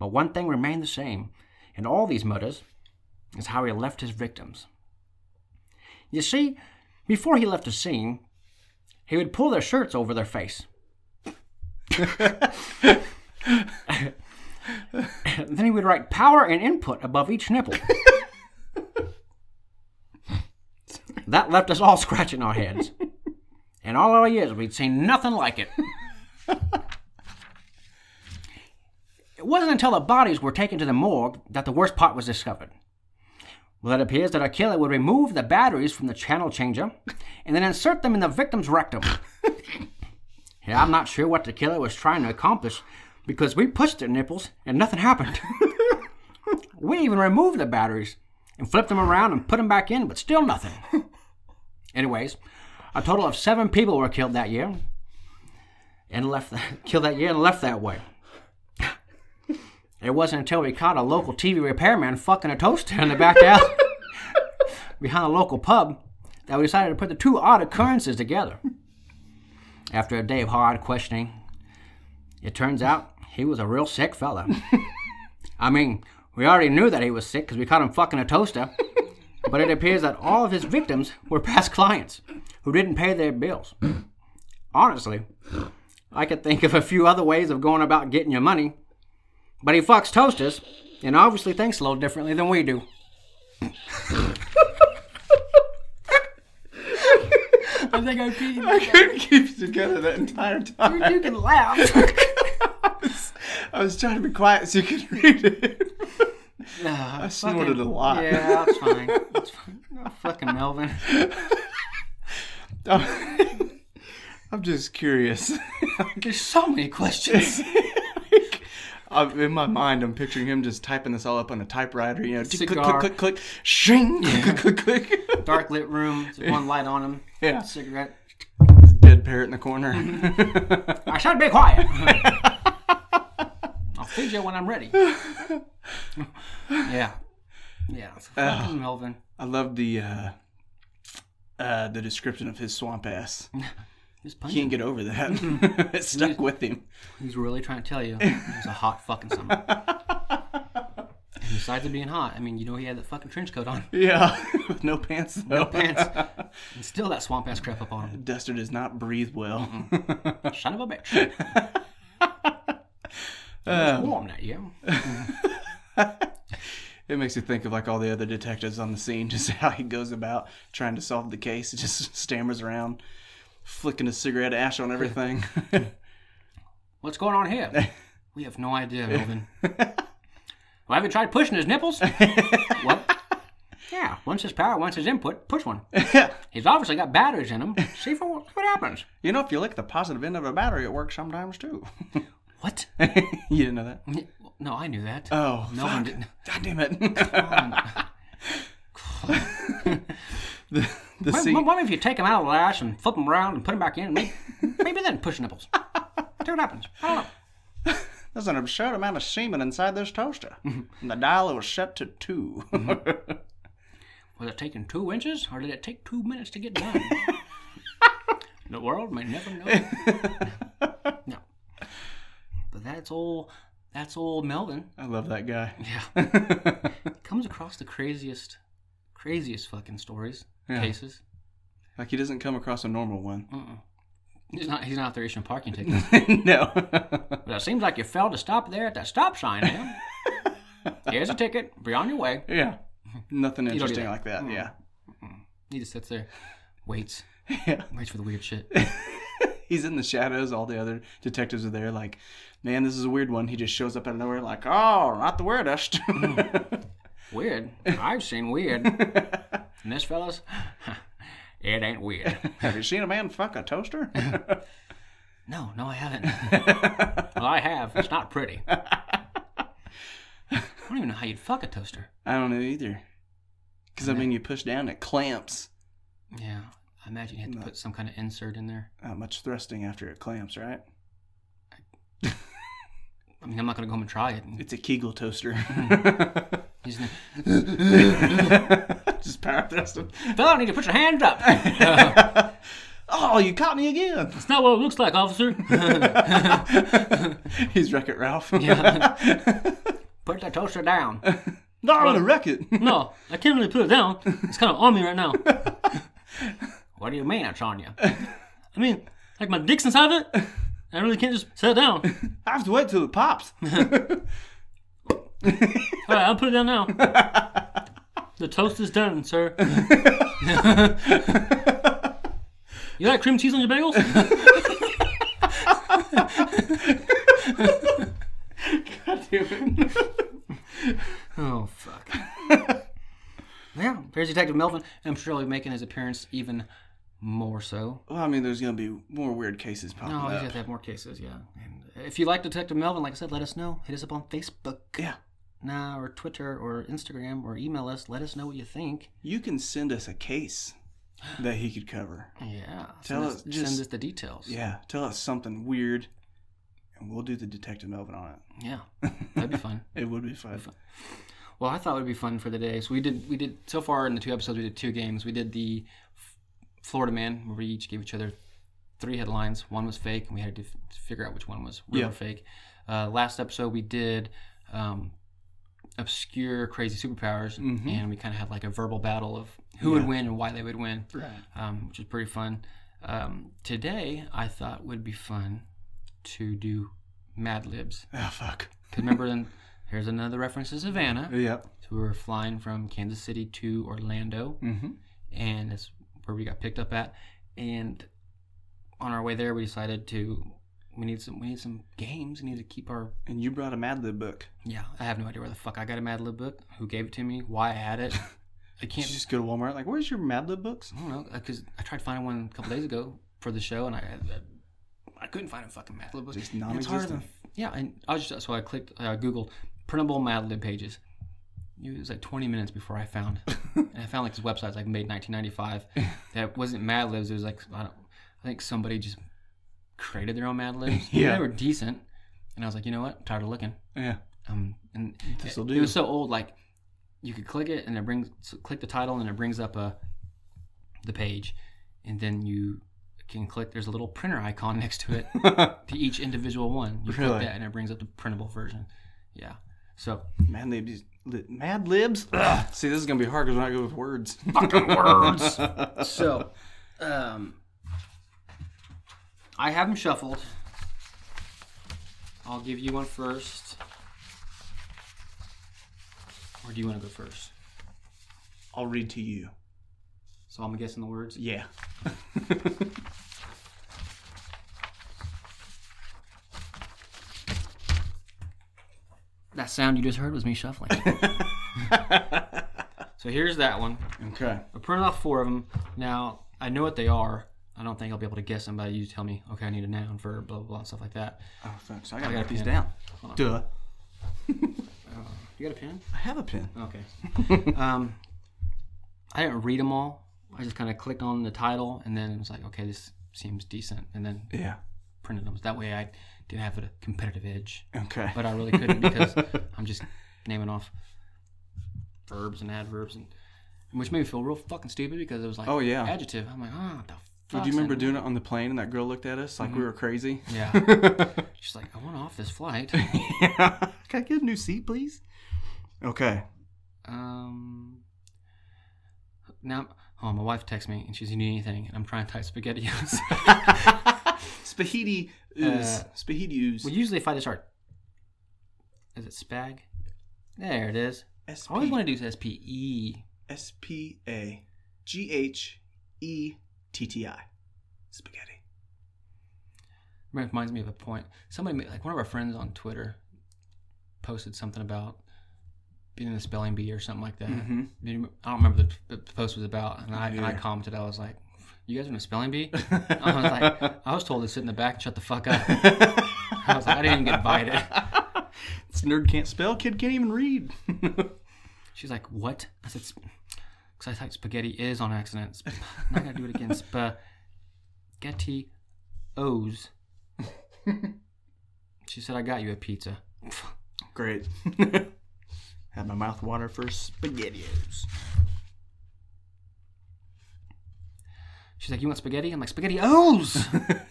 S1: But one thing remained the same in all these murders is how he left his victims. You see, before he left the scene, he would pull their shirts over their face. then he would write power and input above each nipple. that left us all scratching our heads. In all our years, we'd seen nothing like it. it wasn't until the bodies were taken to the morgue that the worst part was discovered. Well, it appears that our killer would remove the batteries from the channel changer and then insert them in the victim's rectum. yeah, I'm not sure what the killer was trying to accomplish because we pushed their nipples and nothing happened. we even removed the batteries and flipped them around and put them back in, but still nothing. Anyways, a total of seven people were killed that year and left killed that year and left that way. It wasn't until we caught a local TV repairman fucking a toaster in the back alley behind a local pub that we decided to put the two odd occurrences together. After a day of hard questioning, it turns out he was a real sick fella. I mean, we already knew that he was sick because we caught him fucking a toaster, but it appears that all of his victims were past clients who didn't pay their bills. Honestly, I could think of a few other ways of going about getting your money, but he fucks toasters and obviously thinks a little differently than we do. I think I
S2: I
S1: peed.
S2: couldn't keep it together that entire time.
S1: You can laugh.
S2: I was trying to be quiet so you could read it. I snorted a lot.
S1: Yeah, that's fine. That's fine. Fucking Melvin.
S2: I'm just curious.
S1: There's so many questions.
S2: I'm, in my mind, I'm picturing him just typing this all up on a typewriter. You know, click, click,
S1: Cigar.
S2: click, click, shing, click, click, click, click.
S1: Dark lit room, just one light on him.
S2: Yeah.
S1: Cigarette.
S2: Dead parrot in the corner.
S1: I should be quiet. I'll feed you when I'm ready. yeah. Yeah. Fucking Melvin.
S2: I love the uh, uh, the description of his swamp ass.
S1: He's
S2: He
S1: punching.
S2: can't get over that. it stuck with him.
S1: He's really trying to tell you it was a hot fucking summer. And besides it being hot, I mean, you know he had that fucking trench coat on.
S2: Yeah, with no pants though.
S1: Pants. And still that swamp ass crap up on him.
S2: Duster does not breathe well.
S1: Son of a bitch. It was warm that year.
S2: It makes you think of like all the other detectives on the scene, just how he goes about trying to solve the case. He just stammers around, flicking a cigarette ash on everything.
S1: What's going on here? we have no idea, Melvin. well, have you tried pushing his nipples? what? Yeah, once his power, once his input, push one.
S2: Yeah.
S1: He's obviously got batteries in him. See for what what happens.
S2: You know, if you lick the positive end of a battery, it works sometimes too.
S1: What?
S2: you didn't know that?
S1: No, I knew that.
S2: Oh,
S1: No
S2: fuck.
S1: one didn't.
S2: God damn it. the the
S1: Why-
S2: seat.
S1: why- Why if you take them out of the lash and flip them around and put them back in? Maybe, maybe then push nipples. See what happens. I don't know.
S2: There's an absurd amount of semen inside this toaster. and the dial was set to 2
S1: Mm-hmm. Was it taking two inches, or did it take two minutes to get done? the world may never know. no. But that's old. That's old Melvin.
S2: I love that guy.
S1: Yeah. Comes across the craziest, craziest fucking stories,
S2: Yeah.
S1: cases.
S2: Like he doesn't come across a normal one.
S1: He's not. He's not out there issuing parking tickets.
S2: no.
S1: but it seems like you failed to stop there at that stop sign. Man. Here's a ticket. Be on your way.
S2: yeah. Nothing
S1: don't do
S2: interesting
S1: that. Mm.
S2: like that. Yeah.
S1: He just sits there, waits,
S2: Yeah.
S1: waits for the weird shit.
S2: He's in the shadows. All the other detectives are there. Like, man, this is a weird one. He just shows up out of nowhere. Like, oh, not the weirdest.
S1: Mm. Weird. I've seen weird. And this fella's, it ain't weird.
S2: Have you seen a man fuck a toaster?
S1: No, no, I haven't. well, I have. It's not pretty. I don't even know how you'd fuck a toaster.
S2: I don't know either. Because I mean, you push down, it clamps.
S1: Yeah, I imagine you had to put some kind of insert in there.
S2: Not much thrusting after it clamps, right?
S1: I mean, I'm not gonna go home and try it.
S2: It's a Kegel toaster.
S1: He's gonna,
S2: just power thrusting.
S1: Fella, I need to put your hands up. Uh,
S2: Oh, you caught me again.
S1: It's not what it looks like, officer.
S2: He's Wreck It Ralph.
S1: put that toaster down.
S2: Not on the wreck it.
S1: No, I can't really put it down. It's kind of on me right now. what do you mean it's on you? I mean, like my dick's inside of it. I really can't just set it down.
S2: I have to wait till it pops.
S1: All right, I'll put it down now. The toast is done, sir. you like cream cheese on your bagels? oh, fuck. yeah, there's Detective Melvin. I'm sure he'll be making his appearance even more so.
S2: well, I mean, there's going to be more weird cases popping
S1: Oh, he's
S2: up.
S1: got to have more cases, yeah. And if you like Detective Melvin, like I said, let us know. Hit us up on Facebook
S2: Yeah.
S1: now, or Twitter, or Instagram, or email us. Let us know what you think.
S2: You can send us a case that he could cover.
S1: Yeah.
S2: Tell
S1: send us,
S2: us- just-
S1: send us the details.
S2: Yeah. Tell us something weird, and we'll do the Detective Melvin on it.
S1: Yeah. That'd be fun.
S2: It would be fun.
S1: Well, I thought it would be fun for the day. So we did we did so far in the two episodes we did two games. We did the F- Florida Man where we each gave each other three headlines. One was fake, and we had to f- figure out which one was real
S2: Yeah.
S1: or fake. Uh, last episode we did um, obscure crazy superpowers,
S2: Mm-hmm.
S1: and we kind of had like a verbal battle of who would win and why they would win,
S2: Right.
S1: um, which is pretty fun. Um, today I thought would be fun to do Mad Libs.
S2: Oh, fuck.
S1: 'Cause remember then. Here's another reference to Savannah.
S2: Yep.
S1: So we were flying from Kansas City to Orlando,
S2: Mm-hmm.
S1: and that's where we got picked up at. And on our way there, we decided to we need some we need some games. We need to keep our
S2: And you brought a Mad Lib book.
S1: yeah. I have no idea where the fuck I got a Mad Lib book. Who gave it to me? Why I had it? I
S2: You
S1: can't.
S2: just go to Walmart. Like, where's your Mad Lib books?
S1: I don't know because I tried finding one a couple days ago for the show, and I I, I couldn't find a fucking Mad Lib book.
S2: Just
S1: And it's harder than-
S2: non-existent.
S1: Yeah, and I was just so I clicked uh, Googled printable Mad Lib pages. It was like 20 minutes before I found, and I found like this website like made 1995 that wasn't Mad Libs. It was like I, don't, I think somebody just created their own Mad Libs.
S2: Yeah.
S1: they were decent, and I was like, you know what? I'm tired of looking.
S2: Yeah.
S1: Um, and it,
S2: This'll
S1: it was
S2: do.
S1: so old. Like you could click it, and it brings so click the title, and it brings up a the page, and then you can click. There's a little printer icon next to it to each individual one. You click
S2: Really?
S1: that, and it brings up the printable version. Yeah. So
S2: Mad Libs. Li- Mad Libs. Ugh. See, this is gonna be hard because we're not good with words.
S1: words. so, um, I have them shuffled. I'll give you one first. Or do you want to go first?
S2: I'll read to you.
S1: So I'm guessing the words.
S2: Yeah.
S1: That sound you just heard was me shuffling. so So here's that one.
S2: Okay.
S1: I printed off four of them. Now I know what they are. I don't think I'll be able to guess them by you tell me. Okay, I need a noun for blah blah blah and stuff like that.
S2: Oh, fuck. So I gotta
S1: got a
S2: write these
S1: pen.
S2: down. Duh.
S1: You got a pen?
S2: I have a pen.
S1: Okay. um, I didn't read them all. I just kind of clicked on the title and then it was like, okay, this seems decent, and then
S2: Yeah.
S1: printed them. That way, I didn't have a competitive edge,
S2: Okay.
S1: but I really couldn't because I'm just naming off verbs and adverbs, and which made me feel real fucking stupid because it was like,
S2: Oh, yeah.
S1: adjective. I'm like, ah, what the.
S2: But
S1: fuck's
S2: do you remember
S1: that?"
S2: doing it on the plane and that girl looked at us like
S1: Mm-hmm.
S2: we were crazy?
S1: Yeah.
S2: Can
S1: She's like, I want off this flight.
S2: I get a new seat, please? Okay.
S1: Um. Now, oh, my wife texts me and she's you need anything, and I'm trying to type spaghettios.
S2: Spahidi ooze. Spahidi
S1: Uh,
S2: ooze.
S1: well, usually if I just start, is it spag? There it is.
S2: S
S1: I always
S2: P-
S1: want to do S P E.
S2: S P A G H E T T I. Spaghetti.
S1: Reminds me of a point. Somebody, made- like one of our friends on Twitter, posted something about being in the spelling bee or something like that. Do you- I don't remember the, the post was about, and I, and I
S2: Mm-hmm. Yeah.
S1: commented. I was like, "You guys are in a spelling bee." I was like, "I was told to sit in the back and shut the fuck up." I was like, "I didn't even get invited."
S2: This nerd can't spell, kid can't even read.
S1: She's like, "What?" I said, "Because I typed spaghetti is on accident. Sp- I'm not gonna do it again. Spaghetti O's." she said, "I got you a pizza."
S2: Great. Had my mouth water for spaghettios.
S1: She's like, "You want spaghetti?" I'm like, "Spaghetti O's."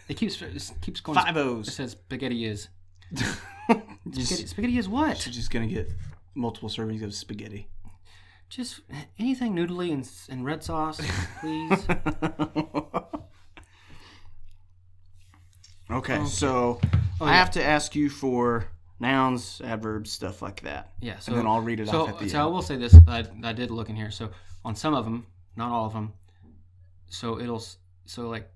S1: it keeps it keeps going.
S2: Five
S1: It
S2: O's.
S1: says spaghetti is. Spaghetti, spaghetti is what?
S2: She's just gonna get multiple servings of spaghetti.
S1: Just anything noodly and, and red sauce, please.
S2: Okay,
S1: Oh,
S2: so I have to ask you for nouns, adverbs, stuff like that.
S1: yeah. So
S2: And then I'll read it
S1: so,
S2: off at the
S1: so I
S2: end.
S1: will say this: I, I did look in here. So on some of them, not all of them. So it'll s- so like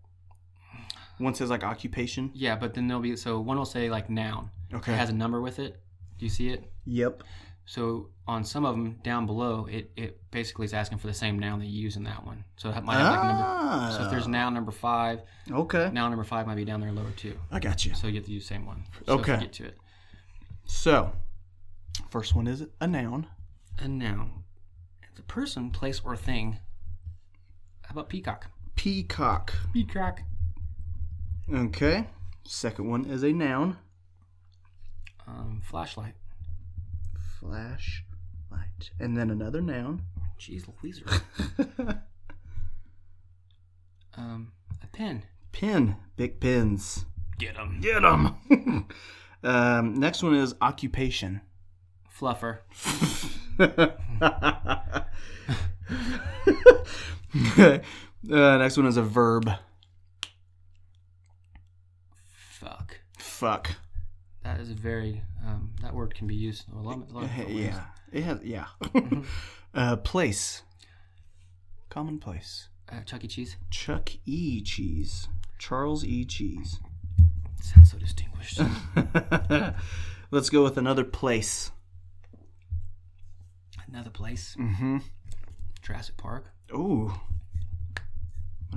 S2: One says like occupation.
S1: yeah, but then there'll be so one will say like noun.
S2: Okay.
S1: It has a number with it. Do you see it?
S2: yep.
S1: So on some of them down below, it, it basically is asking for the same noun that you use in that one. So it might have like number. So if
S2: Uh,
S1: there's noun number five,
S2: Ah, okay.
S1: noun number five might be down there lower too.
S2: I got you.
S1: So you have to use the same one. So if you
S2: Okay.
S1: get to it.
S2: So, first one is a noun.
S1: A noun. It's a person, place, or thing. How about peacock?
S2: Peacock.
S1: Peacock.
S2: Okay. Second one is a noun.
S1: Um, flashlight.
S2: Flashlight. And then another noun.
S1: Jeez Louise. um, a pen.
S2: Pin. Big pins.
S1: Get him.
S2: Get them. um, next one is occupation.
S1: Fluffer.
S2: uh, next one is a verb.
S1: Fuck.
S2: Fuck.
S1: That is a very, um, that word can be used in a lot, a lot of different ways.
S2: Yeah. It has, yeah. uh, place. Commonplace.
S1: Uh, Chuck E. Cheese.
S2: Chuck E. Cheese. Charles E. Cheese.
S1: Sounds so distinguished.
S2: Let's go with another place.
S1: Another place.
S2: Mm-hmm.
S1: Jurassic Park.
S2: Ooh.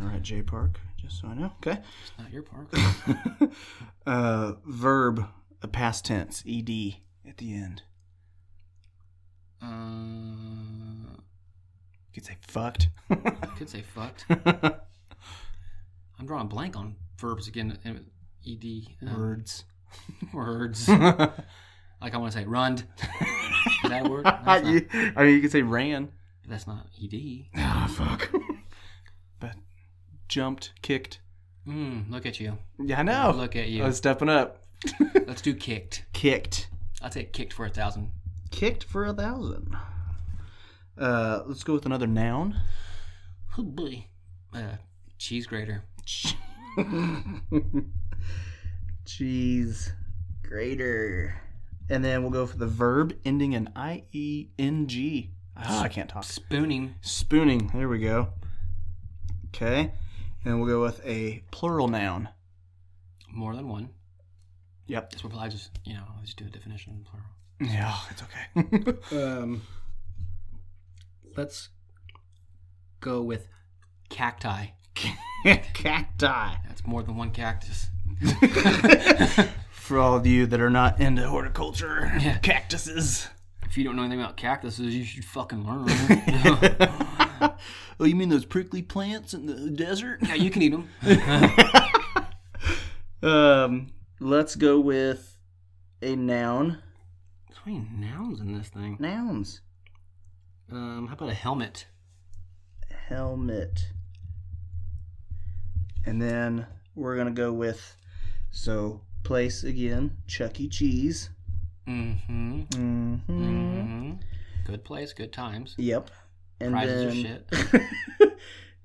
S2: All right, J Park. Just so I know. Okay.
S1: It's not your park.
S2: Uh, verb, a past tense, ed at the end.
S1: uh,
S2: You could say fucked.
S1: I could say fucked. I'm drawing a blank on verbs again. and Ed. um,
S2: Words.
S1: words.
S2: I
S1: Like I want to say runned. Is that a word? No, it's not.
S2: mean, you could say ran.
S1: That's not E ed.
S2: Ah, fuck. but jumped, kicked.
S1: Mm, look at you.
S2: Yeah, I know.
S1: Look at you.
S2: I was stepping up.
S1: Let's do kicked.
S2: Kicked.
S1: I'll take kicked for a thousand.
S2: Kicked for a thousand. Uh, let's go with another noun.
S1: Oh boy. Uh, cheese grater.
S2: Cheese grater. And then we'll go for the verb ending in I E N G. Ah, I can't talk.
S1: Spooning.
S2: Spooning. There we go. Okay. And we'll go with a plural noun.
S1: More than one.
S2: Yep.
S1: That's what I just, you know, I just do a definition in plural.
S2: Yeah, it's okay. um,
S1: Let's go with cacti.
S2: Cacti.
S1: That's more than one cactus.
S2: For all of you that are not into horticulture,
S1: Yeah.
S2: cactuses.
S1: If you don't know anything about cactuses, you should fucking learn.
S2: oh, you mean those prickly plants in the desert?
S1: yeah, you can eat them.
S2: Um, let's go with a noun.
S1: So many nouns in this thing.
S2: Nouns.
S1: Um, how about a helmet?
S2: Helmet. And then we're gonna go with so place again. Chuck E. Cheese.
S1: Mm-hmm.
S2: Mm-hmm.
S1: hmm Good place, good times.
S2: Yep. And
S1: Prizes are
S2: then,
S1: shit.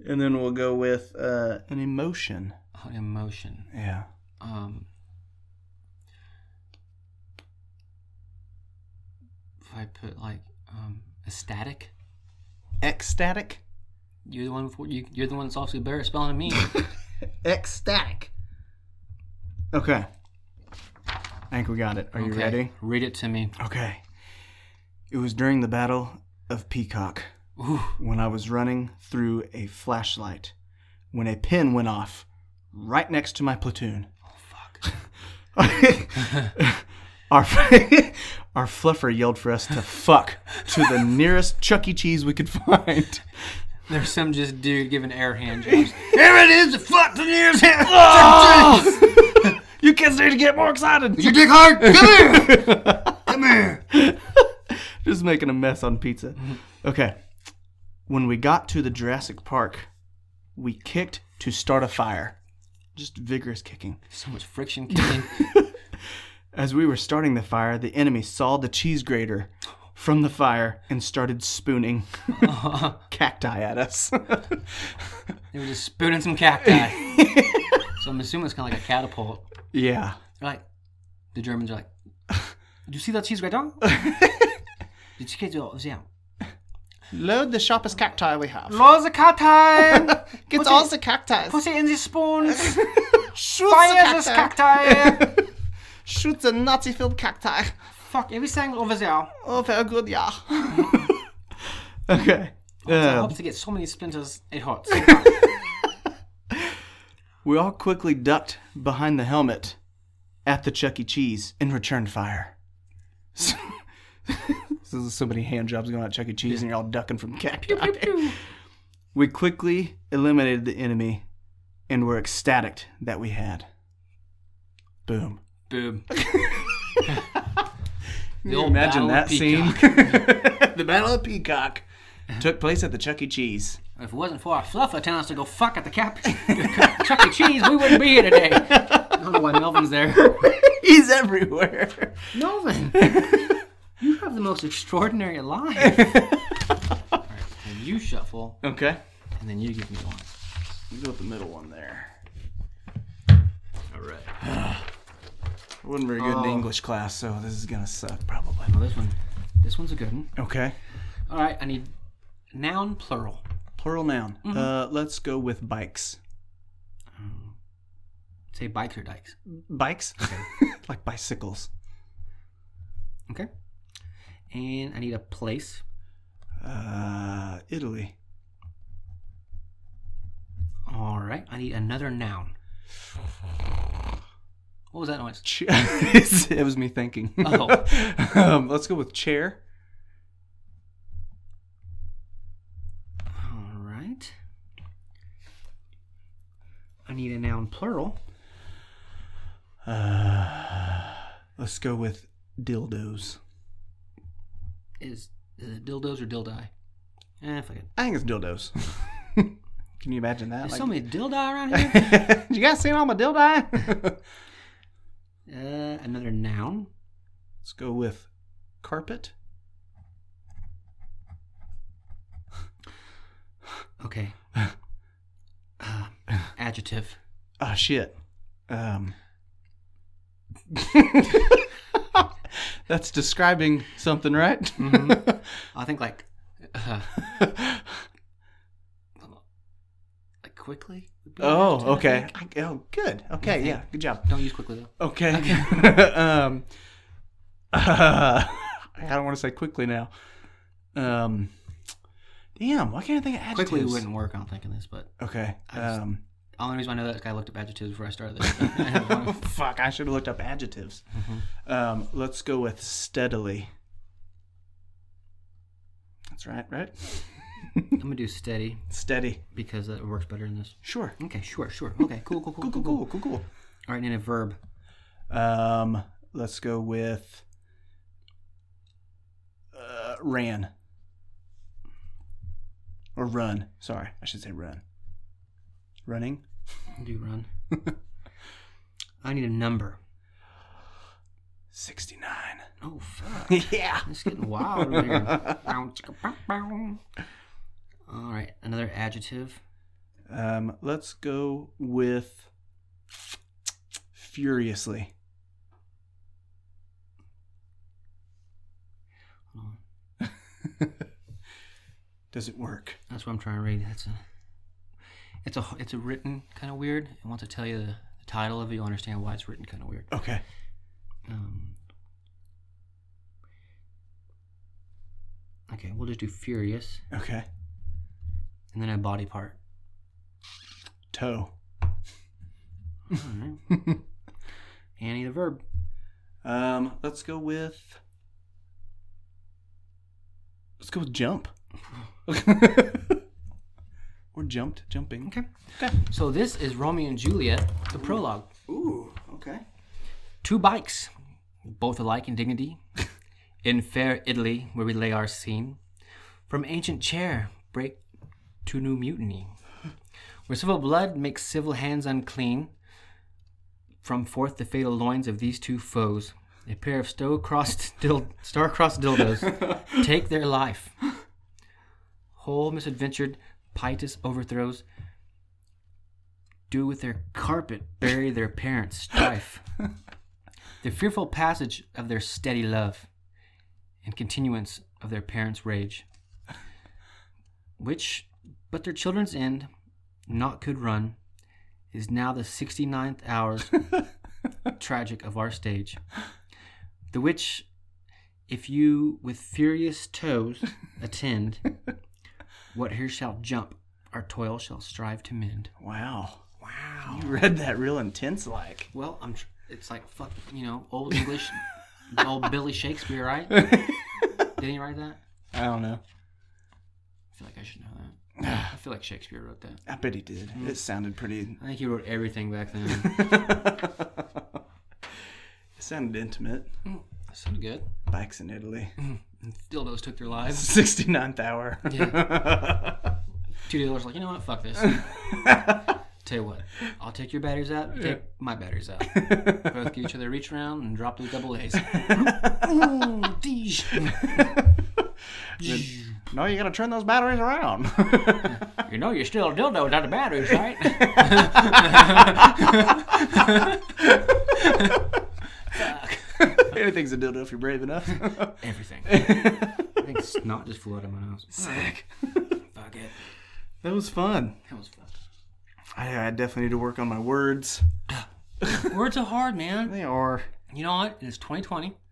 S2: and then we'll go with uh, an emotion.
S1: Oh, emotion.
S2: Yeah.
S1: Um, if I put like um, ecstatic,
S2: Ecstatic.
S1: you're the one for you. You're the one that's also better at spelling than me.
S2: Ecstatic. Okay. I think we got it. Are you
S1: Okay,
S2: ready?
S1: Read it to me.
S2: Okay. It was during the Battle of Peacock
S1: Ooh,
S2: when I was running through a flashlight when a pin went off right next to my platoon.
S1: oh fuck.
S2: our, our fluffer yelled for us to fuck to the nearest Chuck E. Cheese we could find.
S1: There's some just dude giving air hand jobs. Here it is, the fuck the nearest hand.
S2: you kids need to get more excited.
S1: Oh! You dick hard. Come here. Come here.
S2: Just making a mess on pizza. Okay. When we got to the Jurassic Park, we kicked to start a fire. Just vigorous kicking.
S1: So much friction kicking.
S2: As we were starting the fire, the enemy saw the cheese grater from the fire and started spooning cacti at us.
S1: they were just spooning some cacti. so I'm assuming it's kind of like a catapult.
S2: yeah.
S1: They're like, the Germans are like, do you see that cheese right down? Did you get it? Yeah.
S2: Load the sharpest cacti we have.
S1: Laws the cacti.
S2: Get all the cacti.
S1: Put it in the spoons.
S2: Shoot
S1: Fire this cacti.
S2: Shoot the Nazi filled cacti.
S1: Fuck everything over there.
S2: Oh, very good, yeah. okay.
S1: I
S2: Um,
S1: hope to get so many splinters it hurts.
S2: we all quickly ducked behind the helmet at the Chuck E. Cheese and returned fire. So, so there's so many hand jobs going on at Chuck E. Cheese and you're all ducking from cacti. we quickly eliminated the enemy and were ecstatic that we had. Boom.
S1: Boom. the
S2: Can you
S1: old Battle
S2: imagine that
S1: of
S2: scene? Uh-huh.
S1: Peacock.
S2: the Battle of Peacock took place at the Chuck E. Cheese.
S1: If it wasn't for our fluffer telling us to go fuck at the cap, Chuck E. Cheese, we wouldn't be here today. I don't know why Melvin's there.
S2: He's everywhere.
S1: Melvin, you have the most extraordinary life. All right, and you shuffle,
S2: Okay.
S1: and then you give me one.
S2: Go with the middle one there.
S1: All right. Oh.
S2: I wasn't very good in English class, so this is gonna suck probably.
S1: Well, this one, this one's a good one.
S2: Okay.
S1: All right, I need noun plural.
S2: Plural noun.
S1: Mm-hmm.
S2: Uh, let's go with bikes.
S1: Say bikes or dikes.
S2: Bikes? like bicycles.
S1: Okay. And I need a place.
S2: Uh, Italy.
S1: All right. I need another noun. What was that noise?
S2: Ch- it was me thinking.
S1: Oh.
S2: um, let's go with chair.
S1: All right. I need a noun plural.
S2: Uh, Let's go with dildos.
S1: Is, is it dildos or dildi? Eh, fuck it.
S2: I think it's dildos. Can you imagine that?
S1: There's
S2: Like-
S1: so many dildi around here.
S2: you guys seen all my dildi?
S1: uh, another noun.
S2: Let's go with carpet.
S1: Okay. Uh, adjective.
S2: Ah, shit. Um, that's describing something, right?
S1: I think like, uh, like quickly. would be an
S2: oh,
S1: adjective, I
S2: okay.
S1: think.
S2: I- oh, good. Okay, yeah, good job.
S1: Don't use quickly though.
S2: Okay. um, I don't want to say quickly now. Um, Damn, why can't I think of adjectives?
S1: Quickly wouldn't work. I'm thinking this, but
S2: Okay.
S1: I just-
S2: Um,
S1: only reason I know that is 'cause I looked up adjectives before I started this. I don't wanna-
S2: fuck, I should have looked up adjectives. Um, let's go with steadily. That's right, right?
S1: I'm gonna do steady
S2: Steady.
S1: because that works better in this.
S2: Sure.
S1: Okay, sure, sure. Okay, cool, cool, cool,
S2: Cool, cool, cool, cool, cool.
S1: All right, need a verb.
S2: Um, let's go with uh, ran or run. Sorry, I should say run. Running.
S1: Do run. I need a number.
S2: 69.
S1: Oh fuck!
S2: yeah.
S1: It's getting wild over here. Bow, chicka, bow, bow. All right, another adjective.
S2: Um, let's go with furiously.
S1: Hold on.
S2: Does it work?
S1: That's what I'm trying to read. That's a, it's a, it's a written kind of weird. And once I tell you the, the title of it, you'll understand why it's written kind of weird.
S2: Okay.
S1: Um, okay, we'll just do furious,
S2: Okay.
S1: and then a body part.
S2: Toe.
S1: All right. Annie, the verb.
S2: Um, let's go with. Let's go with jump. or jumped, jumping.
S1: Okay. So this is Romeo and Juliet, the prologue.
S2: Ooh, okay.
S1: Two bikes, both alike in dignity, in fair Italy where we lay our scene. From ancient chair break to new mutiny, where civil blood makes civil hands unclean. From forth the fatal loins of these two foes, a pair of star-crossed, dil- star-crossed dildos take their life. Whole misadventured Pitus overthrows. Do with their carpet bury their parents' strife the fearful passage of their steady love and continuance of their parents' rage, which, but their children's end, not could run, is now the 69th hours tragic of our stage, the which, if you with furious toes attend, what here shall jump, our toil shall strive to mend.
S2: Wow. Wow. You read that real intense like.
S1: Well, I'm. Tr- it's like fuck, you know, old English, old Billy Shakespeare, right? Did he write that?
S2: I don't know.
S1: I feel like I should know that. I feel like Shakespeare wrote that.
S2: I bet he did. It sounded pretty.
S1: I think he wrote everything back then.
S2: It sounded intimate.
S1: That sounded good.
S2: Bikes in Italy.
S1: Dildos took their lives.
S2: 69th hour.
S1: Two dealers like, you know what? Fuck this. Tell you what, I'll take your batteries out. You take my batteries out. Both give each other a reach around and drop those double A's. Ooh, deesh.
S2: no, you gotta turn those batteries around.
S1: you know you're still a dildo without the batteries, right? Fuck.
S2: Anything's a dildo if you're brave enough.
S1: Everything. I think snot just flew out of my nose.
S2: Sick.
S1: Fuck it.
S2: That was fun.
S1: That was fun.
S2: I, I definitely need to work on my words.
S1: Words are hard, man.
S2: They are.
S1: You know what? It's 2020.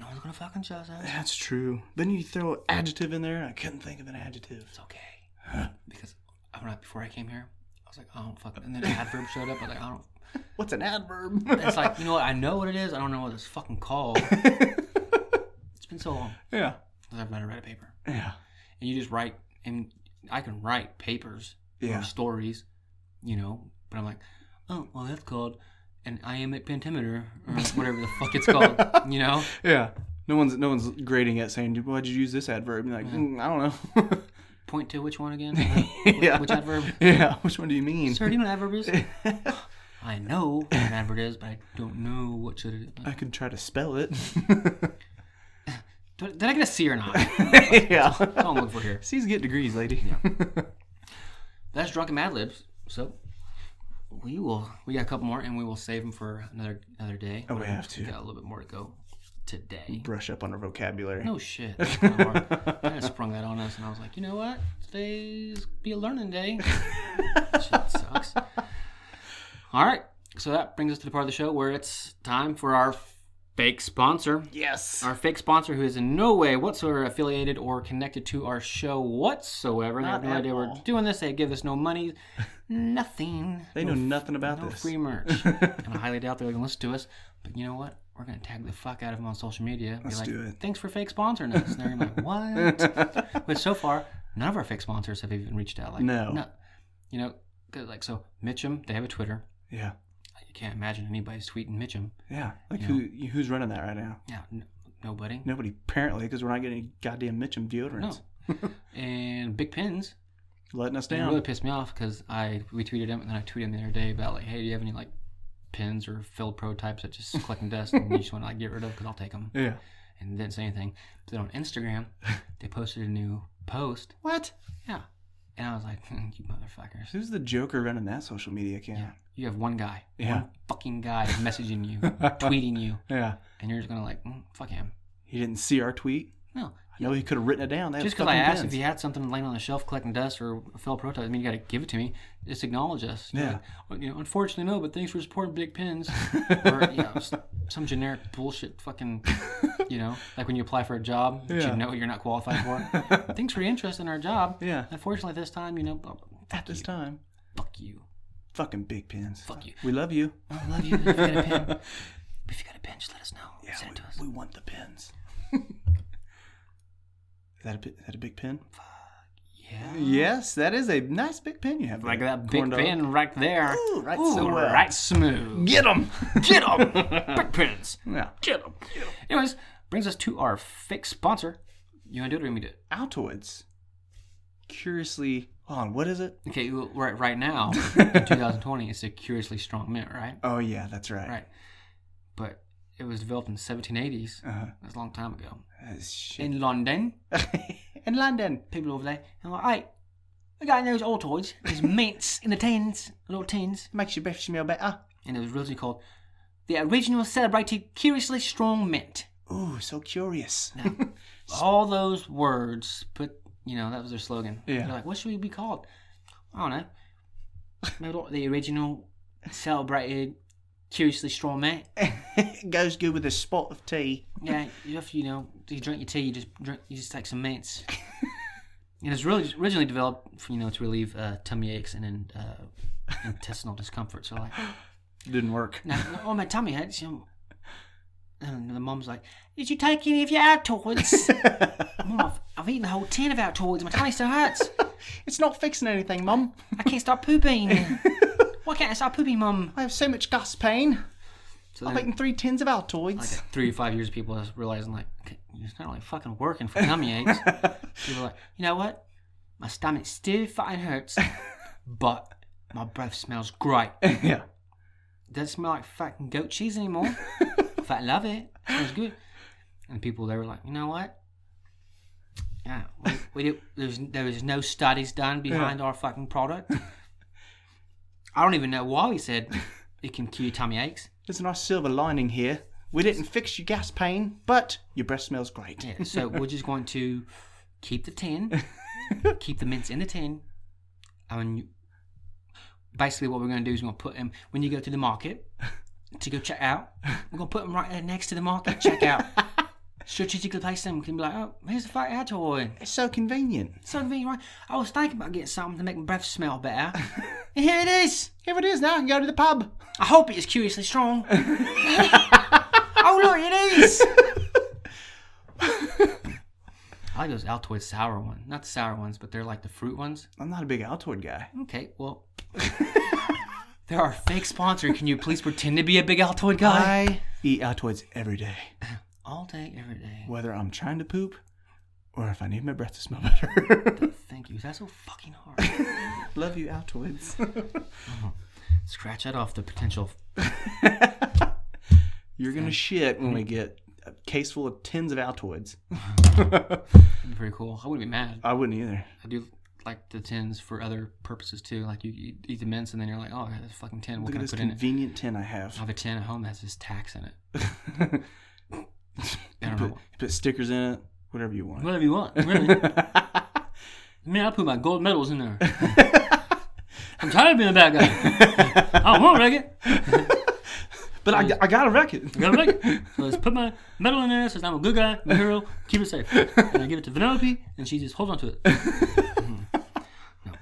S1: No one's gonna fucking judge us.
S2: That's true. Then you throw an adjective in there. I couldn't think of an adjective.
S1: It's okay. Because I when I, before I came here, I was like, I don't fucking. And then an adverb showed up. I was like, I don't.
S2: What's an adverb?
S1: It's like, you know what? I know what it is. I don't know what it's fucking called. it's been so long
S2: yeah.
S1: since I've never read a paper.
S2: Yeah.
S1: And you just write, and I can write papers or
S2: Yeah.
S1: stories, you know. But I'm like, oh, well, that's called an iambic pentameter or whatever the fuck it's called, you know.
S2: Yeah. No one's no one's grading it saying, why'd you use this adverb? You're like, "Mm, I don't know.
S1: Point to which one again? Which,
S2: Yeah.
S1: which adverb?
S2: yeah. Which one do you mean?
S1: Sir, do you know what adverb is? I know what an adverb is, but I don't know what should it
S2: I could try to spell it.
S1: Did, did I get a C or not?
S2: yeah.
S1: Don't look for here.
S2: C's get degrees, lady.
S1: That's drunken Mad Libs. So we will. We got a couple more, and we will save them for another another day.
S2: Oh, we have to.
S1: Got a little bit more to go today.
S2: Brush up on our vocabulary.
S1: No shit. That's kinda hard. I just sprung that on us, and I was like, you know what? Today's be a learning day. shit sucks. All right. So that brings us to the part of the show where it's time for our fake sponsor.
S2: Yes.
S1: Our fake sponsor, who is in no way whatsoever affiliated or connected to our show whatsoever.
S2: Not
S1: they have no
S2: at
S1: idea
S2: all.
S1: we're doing this. They give us no money, nothing.
S2: They know nothing about
S1: no
S2: this.
S1: free merch. and I highly doubt they're going to listen to us. But you know what? We're going to tag the fuck out of them on social media. and Be
S2: Let's
S1: like,
S2: do it.
S1: Thanks for fake sponsoring us. And they're gonna be like, what? but so far, none of our fake sponsors have even reached out. Like,
S2: No.
S1: You know, 'cause, like, so Mitchum, they have a Twitter.
S2: yeah.
S1: You can't imagine anybody's tweeting Mitchum.
S2: Yeah. Like who who's running that right now?
S1: Yeah, n- nobody.
S2: Nobody apparently because we're not getting any goddamn Mitchum deodorants.
S1: And Big Pins.
S2: Letting us
S1: It
S2: down.
S1: really pissed me off because I retweeted him and then I tweeted him the other day about like, hey, do you have any like pins or filled prototypes that just collecting dust and you just want to like get rid of? Because I'll take them.
S2: yeah.
S1: And didn't say anything. But then on Instagram, they posted a new post.
S2: What?
S1: Yeah. And I was like, hmm, you motherfuckers.
S2: Who's the Joker running that social media account?
S1: You have one guy,
S2: Yeah.
S1: one fucking guy messaging you, tweeting you,
S2: Yeah.
S1: and you're just gonna like, mm, fuck him.
S2: He didn't see our tweet.
S1: No,
S2: I know he could have written it down. That
S1: Just because I asked if you had something laying on the shelf collecting dust or a fell prototype, I mean, you got to give it to me. Just acknowledge us. You're
S2: Yeah.
S1: like, "Well, you know, unfortunately, no, but thanks for supporting Big Pins. or, you know, s- some generic bullshit fucking, you know, like when you apply for a job that
S2: Yeah.
S1: you know you're not qualified for. thanks for your interest in our job.
S2: Yeah.
S1: Unfortunately, this time, you know, bu-
S2: At this time.
S1: fuck you.
S2: Fucking big pins.
S1: Fuck you.
S2: We love you.
S1: I love you. If you got a pin, if you got a pin, just let us know. Send it to us.
S2: we, we want the pins. is, that a, bi- is that a big pin?
S1: Yeah.
S2: Yes, that is a nice big pin you have.
S1: Like
S2: there,
S1: that big
S2: corn dog.
S1: pin right there.
S2: Ooh, right so well.
S1: right smooth.
S2: Get them.
S1: Get 'em! big pins.
S2: yeah.
S1: Get 'em. Anyways, brings us to our fake sponsor. You want to do it or you want me to do it?
S2: Altoids. Curiously, hold on, what is it?
S1: Okay, well, right, right now, in 2020, it's a curiously strong mint, right?
S2: Oh, yeah, that's right.
S1: Right. But it was developed in the 1780s.
S2: Uh-huh.
S1: That's a long time ago.
S2: Uh, shit.
S1: In London,
S2: In London.
S1: people over there, I'm like, hey, we got those Altoids, these mints in the tins, little tins.
S2: Makes your breath smell better.
S1: And it was originally called the original celebrated curiously strong mint.
S2: Ooh, so curious.
S1: all those words put you know that was their slogan
S2: Yeah.
S1: They're like what should we be called i don't know Maybe not the original celebrated curiously strong mate
S2: Goes good with a spot of tea.
S1: yeah you have to, you know you drink your tea you just drink you just take some mints and it's really originally developed for, you know to relieve uh, tummy aches and then uh, intestinal discomfort so like
S2: Didn't work.
S1: now, oh my tummy hurts you know. and the mom's like did you take any of your Altoids Mom, I've, I've eaten the whole tin of Altoids my tummy still hurts
S2: It's not fixing anything, Mum.
S1: I can't stop pooping. Why can't I stop pooping, Mum?
S2: I have so much gas pain.
S1: So
S2: I've
S1: then,
S2: eaten three tins of
S1: like
S2: Altoids.
S1: three or five years, people are realizing like okay, it's not really fucking working for tummy aches. people are like, you know what? My stomach still fucking hurts, but my breath smells great.
S2: yeah.
S1: Doesn't smell like fucking goat cheese anymore. if I love it, it smells good. And people they were like, you know what? Yeah, we, we do, there's there was no studies done behind our fucking product. I don't even know why we said it can cure tummy aches.
S2: There's a nice silver lining here. We didn't fix your gas pain, but your breath smells great.
S1: Yeah, so we're just going to keep the tin, keep the mints in the tin. I mean, you- basically, what we're going to do is we're going to put them when you go to the market to go check out. We're going to put them right there next to the market check out. Strategically place them. Can be like, oh, here's the fat toy.
S2: It's so convenient.
S1: So convenient, right? I was thinking about getting something to make my breath smell better. and here it is.
S2: Here it is now, and go to the pub.
S1: I hope it is curiously strong. oh look, it is. I like those Altoid sour ones. Not the sour ones, but they're like the fruit ones.
S2: I'm not a big Altoid guy.
S1: Okay, well, they're our fake sponsor. Can you please pretend to be a big Altoid guy?
S2: eat Altoids every day,
S1: All day, every day.
S2: whether I'm trying to poop or if I need my breath to smell better.
S1: Thank you. That's so fucking hard.
S2: Love you, Altoids.
S1: Scratch that off the potential.
S2: You're gonna shit when we get a case full of tins of Altoids.
S1: That'd be pretty cool. I wouldn't be mad.
S2: I wouldn't either.
S1: I do like the tins for other purposes too. Like you, you eat the mints and then you're like, oh, I got this fucking tin. What
S2: Look at
S1: can I
S2: this
S1: put in it?
S2: convenient tin I have.
S1: I have a tin at home that has this tax in it. I don't
S2: Put,
S1: know.
S2: put stickers in it, whatever you want.
S1: Whatever you want, really. Man, I put my gold medals in there. I'm tired of being a bad guy. I don't want to wreck it.
S2: But I, I got a record.
S1: Gotta make it. So let's put my medal in there. Says I'm a good guy, I'm a hero. Keep it safe. And I give it to Vanellope, and she just holds on to it. Mhm. No.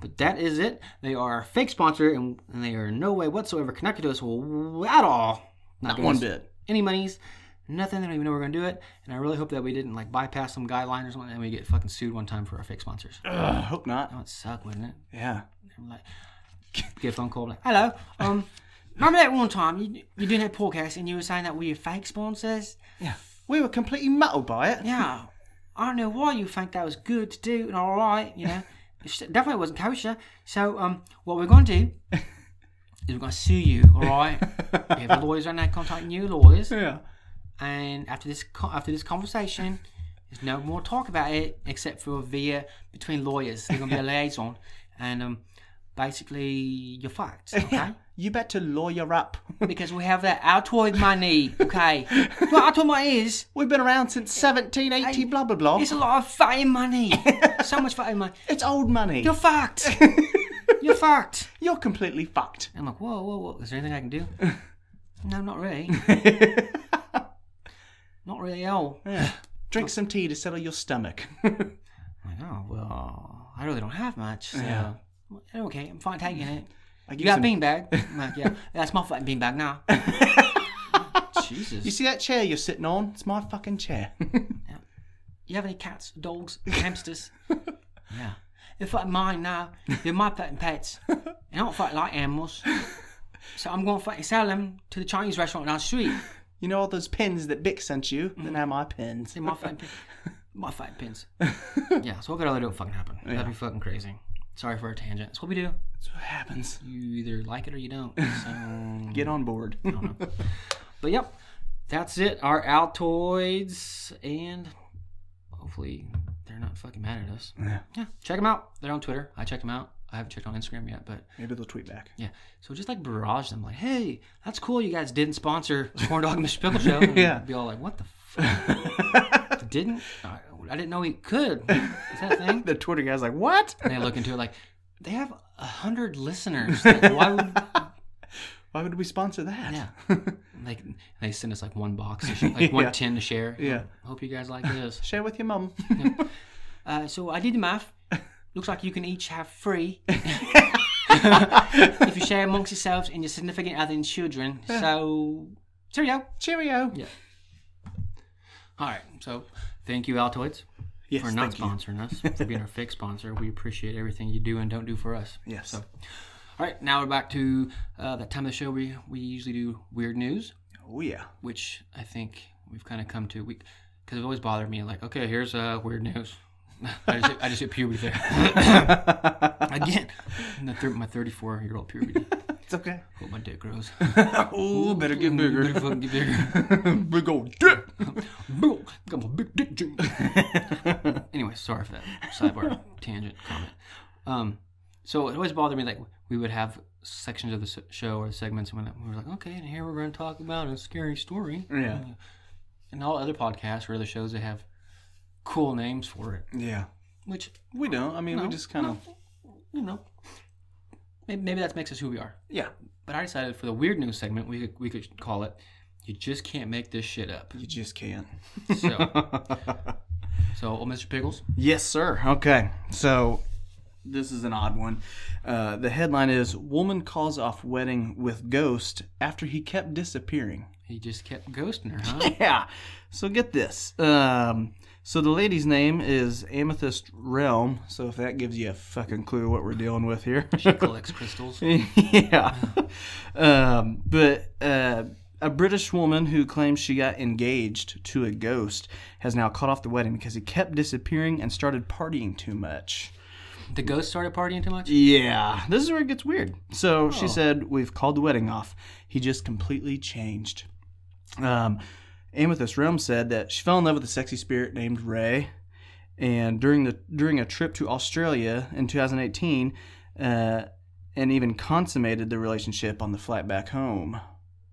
S1: But that is it. They are a fake sponsor, and, and they are in no way whatsoever connected to us w- at all. Not,
S2: One bit.
S1: Any monies, nothing. They don't even know we're gonna do it. And I really hope that we didn't like bypass some guideline or something, and we get fucking sued one time for our fake sponsors. That
S2: Ugh, hope not.
S1: would suck, wouldn't it?
S2: Yeah.
S1: I'm like, get a phone call. Like, Hello. Um, remember that one time you you doing that podcast and you were saying that we were fake sponsors?
S2: Yeah. We were completely muddled by it.
S1: Yeah. I don't know why you think that was good to do and all right. You know, it sh- definitely wasn't kosher. So um, what we're going to do is we're going to sue you. All right. we have lawyers right now contacting you, lawyers.
S2: Yeah.
S1: And after this co- after this conversation. There's no more talk about it except for via between lawyers. They're gonna be a liaison, and um, basically you're fucked. Okay.
S2: You better lawyer up.
S1: because we have that Altoid money, okay? Well, Altoid money is,
S2: We've been around since 1780, blah, blah, blah.
S1: it's a lot of fucking money. So much fucking money.
S2: It's old money.
S1: You're
S2: You're,
S1: fucked. You're fucked.
S2: completely fucked.
S1: I'm like, whoa, whoa, whoa. Is there anything I can do? No, not really. Not really at all.
S2: Yeah. Drink some tea to settle your stomach.
S1: I'm like, oh, well, I really don't have much. So.
S2: Yeah.
S1: "Well, Okay, I'm fine taking it.
S2: I
S1: You
S2: give
S1: got a
S2: some-
S1: beanbag? I'm like, yeah, that's my fucking beanbag now. Jesus.
S2: You see that chair you're sitting on? It's my fucking chair.
S1: You have any cats, dogs, hamsters? yeah. They're fucking mine now. They're my fucking pets. And I don't fucking like animals. So I'm going to fucking sell them to the Chinese restaurant down the street.
S2: you know all those pins that Bick sent you? They're now my pins.
S1: They're Mm-hmm. my fucking pins. My fucking pins. yeah, so what could I do? It fucking happen. That'd be fucking crazy. Sorry for our tangent. That's what we do.
S2: That's what happens.
S1: You either like it or you don't. So,
S2: Get on board.
S1: but yep, that's it. Our Altoids. And hopefully they're not fucking mad at us.
S2: Yeah.
S1: Yeah, check them out. They're on Twitter. I checked them out. I haven't checked on Instagram yet, but
S2: Maybe they'll tweet back.
S1: yeah. So just like barrage them, like, hey, that's cool. You guys didn't sponsor Corn Dog and the Spickle Show. And
S2: Yeah.
S1: Be all like, what the fuck? didn't? I, I didn't know he could. Is that a thing?
S2: The Twitter guy's like, what?
S1: And they look into it like, they have a hundred listeners. Like, why would?
S2: Why would we sponsor that?
S1: Yeah. Like they send us like one box, to sh- like one tin to share.
S2: Yeah.
S1: Hope you guys like this.
S2: Share with your mum.
S1: Uh, so I did the math. Looks like you can each have three if you share amongst yourselves and your significant other and children. So, cheerio.
S2: Cheerio.
S1: Yeah. All right. So, thank you, Altoids,
S2: Yes,
S1: for not
S2: thank you.
S1: sponsoring us, for being our fake sponsor. We appreciate everything you do and don't do for us.
S2: Yes.
S1: All right. Now we're back to uh, that time of the show where we usually do weird news,
S2: Oh, yeah.
S1: which I think we've kind of come to. We because it always bothered me. Like, okay, here's uh, weird news. I just, hit- I just hit puberty there. Again, the thir- my 34 year old puberty.
S2: It's okay.
S1: Hope my dick grows.
S2: Oh, better get bigger.
S1: Better fucking get bigger.
S2: Big old dip.
S1: Boom! Got my big dick drink. anyway, sorry for that sidebar tangent comment. Um, so it always bothered me like we would have sections of the s- show or segments, and we were like, okay, and here we're going to talk about a scary story.
S2: Yeah.
S1: And all other podcasts or other shows they have cool names for it,
S2: Yeah.
S1: which
S2: We don't. I mean, we
S1: No,
S2: just kind of.
S1: you know, maybe, maybe that makes us who we are.
S2: Yeah.
S1: But I decided for the weird news segment, we could, we could call it. You just can't make this shit up.
S2: You just can't.
S1: So, so, old Mr. Pickles.
S2: Yes, sir. Okay. So this is an odd one. Uh, the headline is Woman Calls Off Wedding with Ghost After He Kept Disappearing.
S1: He just kept ghosting her, huh?
S2: Yeah. So get this. Um, so the lady's name is Amethyst Realm. So if that gives you a fucking clue what we're dealing with here.
S1: she collects crystals.
S2: yeah. Um, but uh, a British woman who claims she got engaged to a ghost has now cut off the wedding because he kept disappearing and started partying too much.
S1: The ghost started partying too much?
S2: Yeah. This is where it gets weird. So
S1: Oh.
S2: she said, We've called the wedding off. He just completely changed. Um, Amethyst Realm said that she fell in love with a sexy spirit named Ray. And during the during a trip to Australia in 2018, uh, and even consummated the relationship on the flight back home.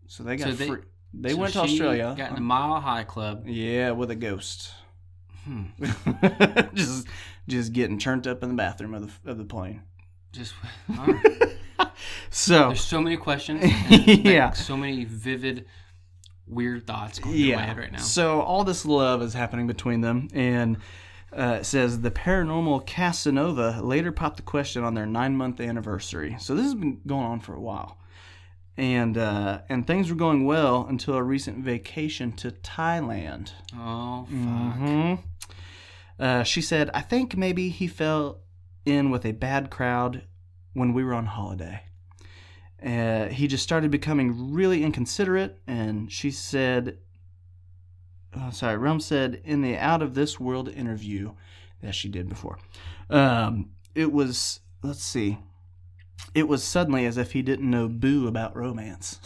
S2: So they got
S1: So they-
S2: free. They
S1: So
S2: went to
S1: she
S2: Australia.
S1: Got in the Mile High Club.
S2: Yeah, with a ghost.
S1: Hmm.
S2: just just getting turned up in the bathroom of the of the plane.
S1: Just, all right.
S2: So
S1: There's so many questions. and, like,
S2: Yeah.
S1: so many vivid, weird thoughts going through my
S2: yeah,
S1: head right now.
S2: so all this love is happening between them, and uh, it says the paranormal Casanova later popped the question on their nine-month anniversary. So this has been going on for a while, and uh, and things were going well until a recent vacation to Thailand.
S1: Oh fuck.
S2: hmm Uh, she said, I think maybe he fell in with a bad crowd when we were on holiday. Uh, he just started becoming really inconsiderate, and she said, oh, sorry, Realm said in the out of this world interview that she did before. Um, it was, let's see, it was suddenly as if he didn't know boo about romance.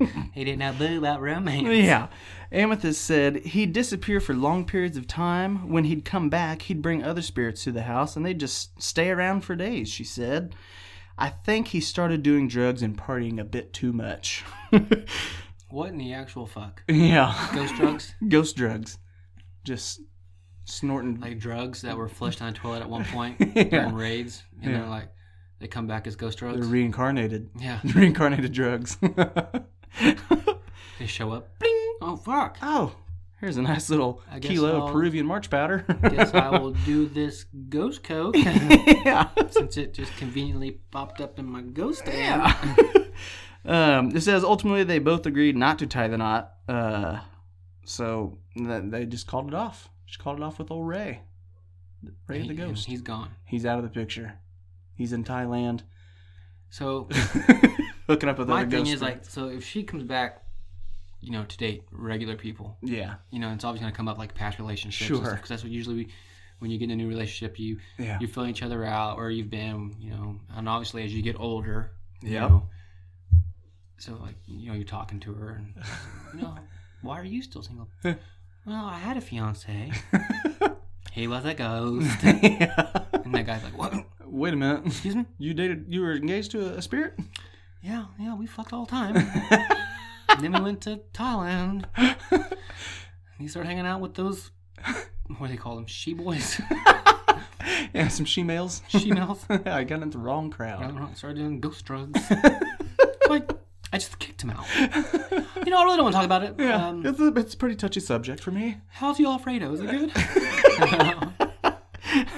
S1: He didn't have boo about romance.
S2: Yeah. Amethyst said he'd disappear for long periods of time. When he'd come back, he'd bring other spirits to the house and they'd just stay around for days, she said. I think he started doing drugs and partying a bit too much.
S1: What in the actual fuck?
S2: yeah.
S1: Ghost drugs?
S2: Ghost drugs. Just snorting.
S1: Like drugs that were flushed on a toilet at one point during raids, and they're like, they come back as ghost drugs.
S2: They're reincarnated.
S1: yeah,
S2: Reincarnated drugs.
S1: they show up. Bling! Oh fuck!
S2: oh, here's a nice little
S1: I guess
S2: kilo of
S1: I'll-
S2: Peruvian march powder.
S1: Guess I will do this ghost coke
S2: yeah.
S1: since it just conveniently popped up in my ghost hand.
S2: um, it says ultimately they both agreed not to tie the knot, uh, so th- they just called it off. Just called it off with old Ray, Ray the
S1: He-
S2: ghost.
S1: He's gone.
S2: He's out of the picture. He's in Thailand,
S1: So
S2: hooking up with
S1: my
S2: other
S1: thing
S2: ghosts.
S1: is like, so if she comes back, you know, to date regular people,
S2: yeah,
S1: you know, it's always going to come up like past relationships. Sure.
S2: Sure.
S1: Because that's what usually we, when you get in a new relationship, you
S2: yeah,
S1: you're filling each other out, or you've been, you know, and obviously as you get older, you
S2: Yep.
S1: know, so like you know, you're talking to her, and you know, why are you still single? well, I had a fiance. he was a ghost, and that guy's like, what?
S2: Wait a minute.
S1: Excuse me?
S2: You dated? You were engaged to a, a spirit?
S1: Yeah, yeah, we fucked all the time. and then we went to Thailand. And you start hanging out with those, what do they call them? She boys,
S2: Yeah, some she males.
S1: she mouths.
S2: I got into the wrong crowd.
S1: I started doing ghost drugs. like, I just kicked him out. You know, I really don't want to talk about it.
S2: Yeah,
S1: Um,
S2: it's, a, it's a pretty touchy subject for me.
S1: how's the Alfredo? Is it good?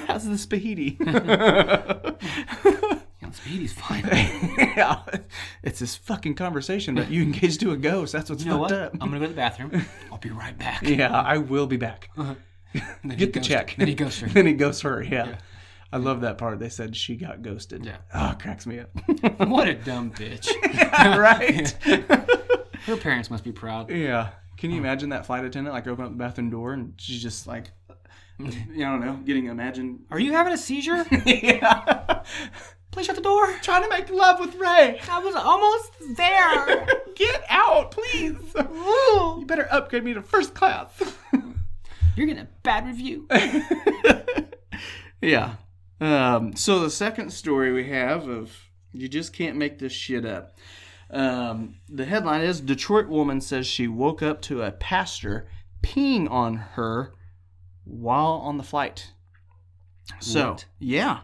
S2: How's the spaghetti?
S1: yeah, Speedy's fine.
S2: yeah, it's this fucking conversation that you engaged to a ghost. That's what's
S1: You know
S2: fucked
S1: what?
S2: up.
S1: I'm gonna go to the bathroom. I'll be right back.
S2: yeah, I will be back.
S1: Uh-huh. And then he
S2: Get the
S1: ghosts-
S2: check.
S1: Then he goes through.
S2: then he ghosts her. Yeah. I love that part. They said she got ghosted.
S1: Yeah.
S2: Oh, it cracks me up.
S1: What a dumb bitch.
S2: right?
S1: Her parents must be proud.
S2: yeah. Can you imagine that flight attendant like open up the bathroom door and she's just like, yeah, I don't know, getting imagine.
S1: Are you having a seizure?
S2: yeah.
S1: Please shut the door.
S2: Trying to make love with Ray.
S1: I was almost there.
S2: Get out, please. You better upgrade me to first class.
S1: You're getting a bad review.
S2: Yeah. Um, so the second story we have of you just can't make this shit up. Um, the headline is Detroit woman says she woke up to a pastor peeing on her while on the flight. So
S1: What?
S2: yeah.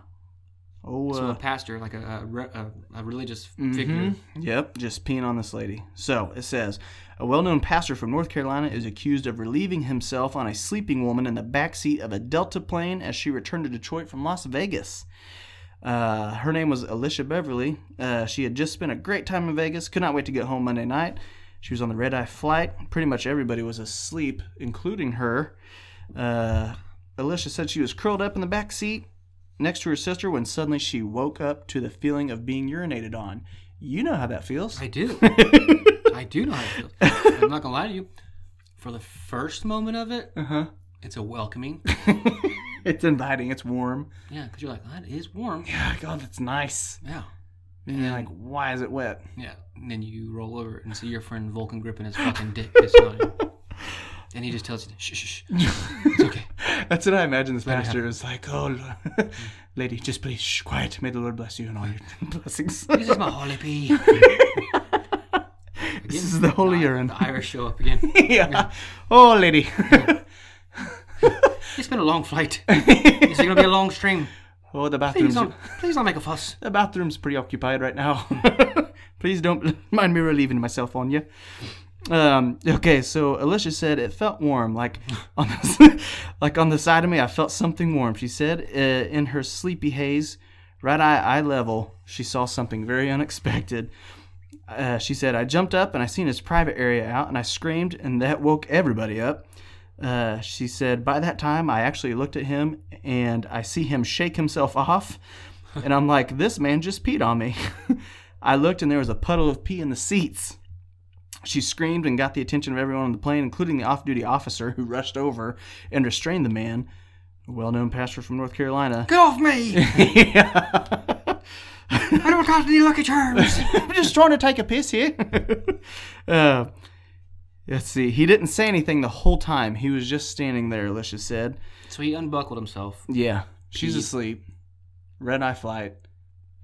S2: Oh,
S1: So a
S2: uh,
S1: pastor, like a a, re- a, a religious figure,
S2: mhm. yep, just peeing on this lady. So it says a well-known pastor from North Carolina is accused of relieving himself on a sleeping woman in the backseat of a Delta plane as she returned to Detroit from Las Vegas. Uh, her name was Alicia Beverly. Uh, she had just spent a great time in Vegas. Could not wait to get home Monday night. She was on the red eye flight. Pretty much everybody was asleep, including her. Uh, Alicia said she was curled up in the back seat next to her sister when suddenly she woke up to the feeling of being urinated on. You know how that feels.
S1: I do. I do know how it feels. I'm not gonna lie to you. For the first moment of it,
S2: Uh-huh.
S1: it's a welcoming.
S2: It's inviting. It's warm.
S1: Yeah, because you're like, that is warm.
S2: Yeah, God, that's nice.
S1: Yeah,
S2: And you're like, why is it wet?
S1: yeah. And then you roll over and see your friend Vulcan gripping his fucking dick pissing on you. And he just tells you, shh, shh, shh. It's okay.
S2: That's what I imagine this pastor is like. Oh, Lord. lady, just please, shh, quiet. May the Lord bless you and all your blessings.
S1: This is my holy pee.
S2: This is the holy urine.
S1: The Irish show up again.
S2: yeah. Oh, lady.
S1: It's been a long flight. It's gonna be a long stream.
S2: Oh, the
S1: Please
S2: bathroom's
S1: don't, please don't make a fuss.
S2: the bathroom's preoccupied right now. Please don't mind me relieving myself on you. Um, okay, so Alicia said it felt warm, like on the, like on the side of me. I felt something warm. She said uh, in her sleepy haze, right eye eye level, she saw something very unexpected. Uh, she said I jumped up and I seen his private area out, and I screamed, and that woke everybody up. Uh, she said, by that time, I actually looked at him and I see him shake himself off. And I'm like, this man just peed on me. I looked and there was a puddle of pee in the seats. She screamed and got the attention of everyone on the plane, including the off duty officer who rushed over and restrained the man, a well known pastor from North Carolina.
S1: Get off me! I don't got any lucky charms.
S2: I'm just trying to take a piss here. uh, let's see. He didn't say anything the whole time. He was just standing there, Alicia said.
S1: so he unbuckled himself.
S2: Yeah. She's
S1: Pee.
S2: asleep. Red eye flight.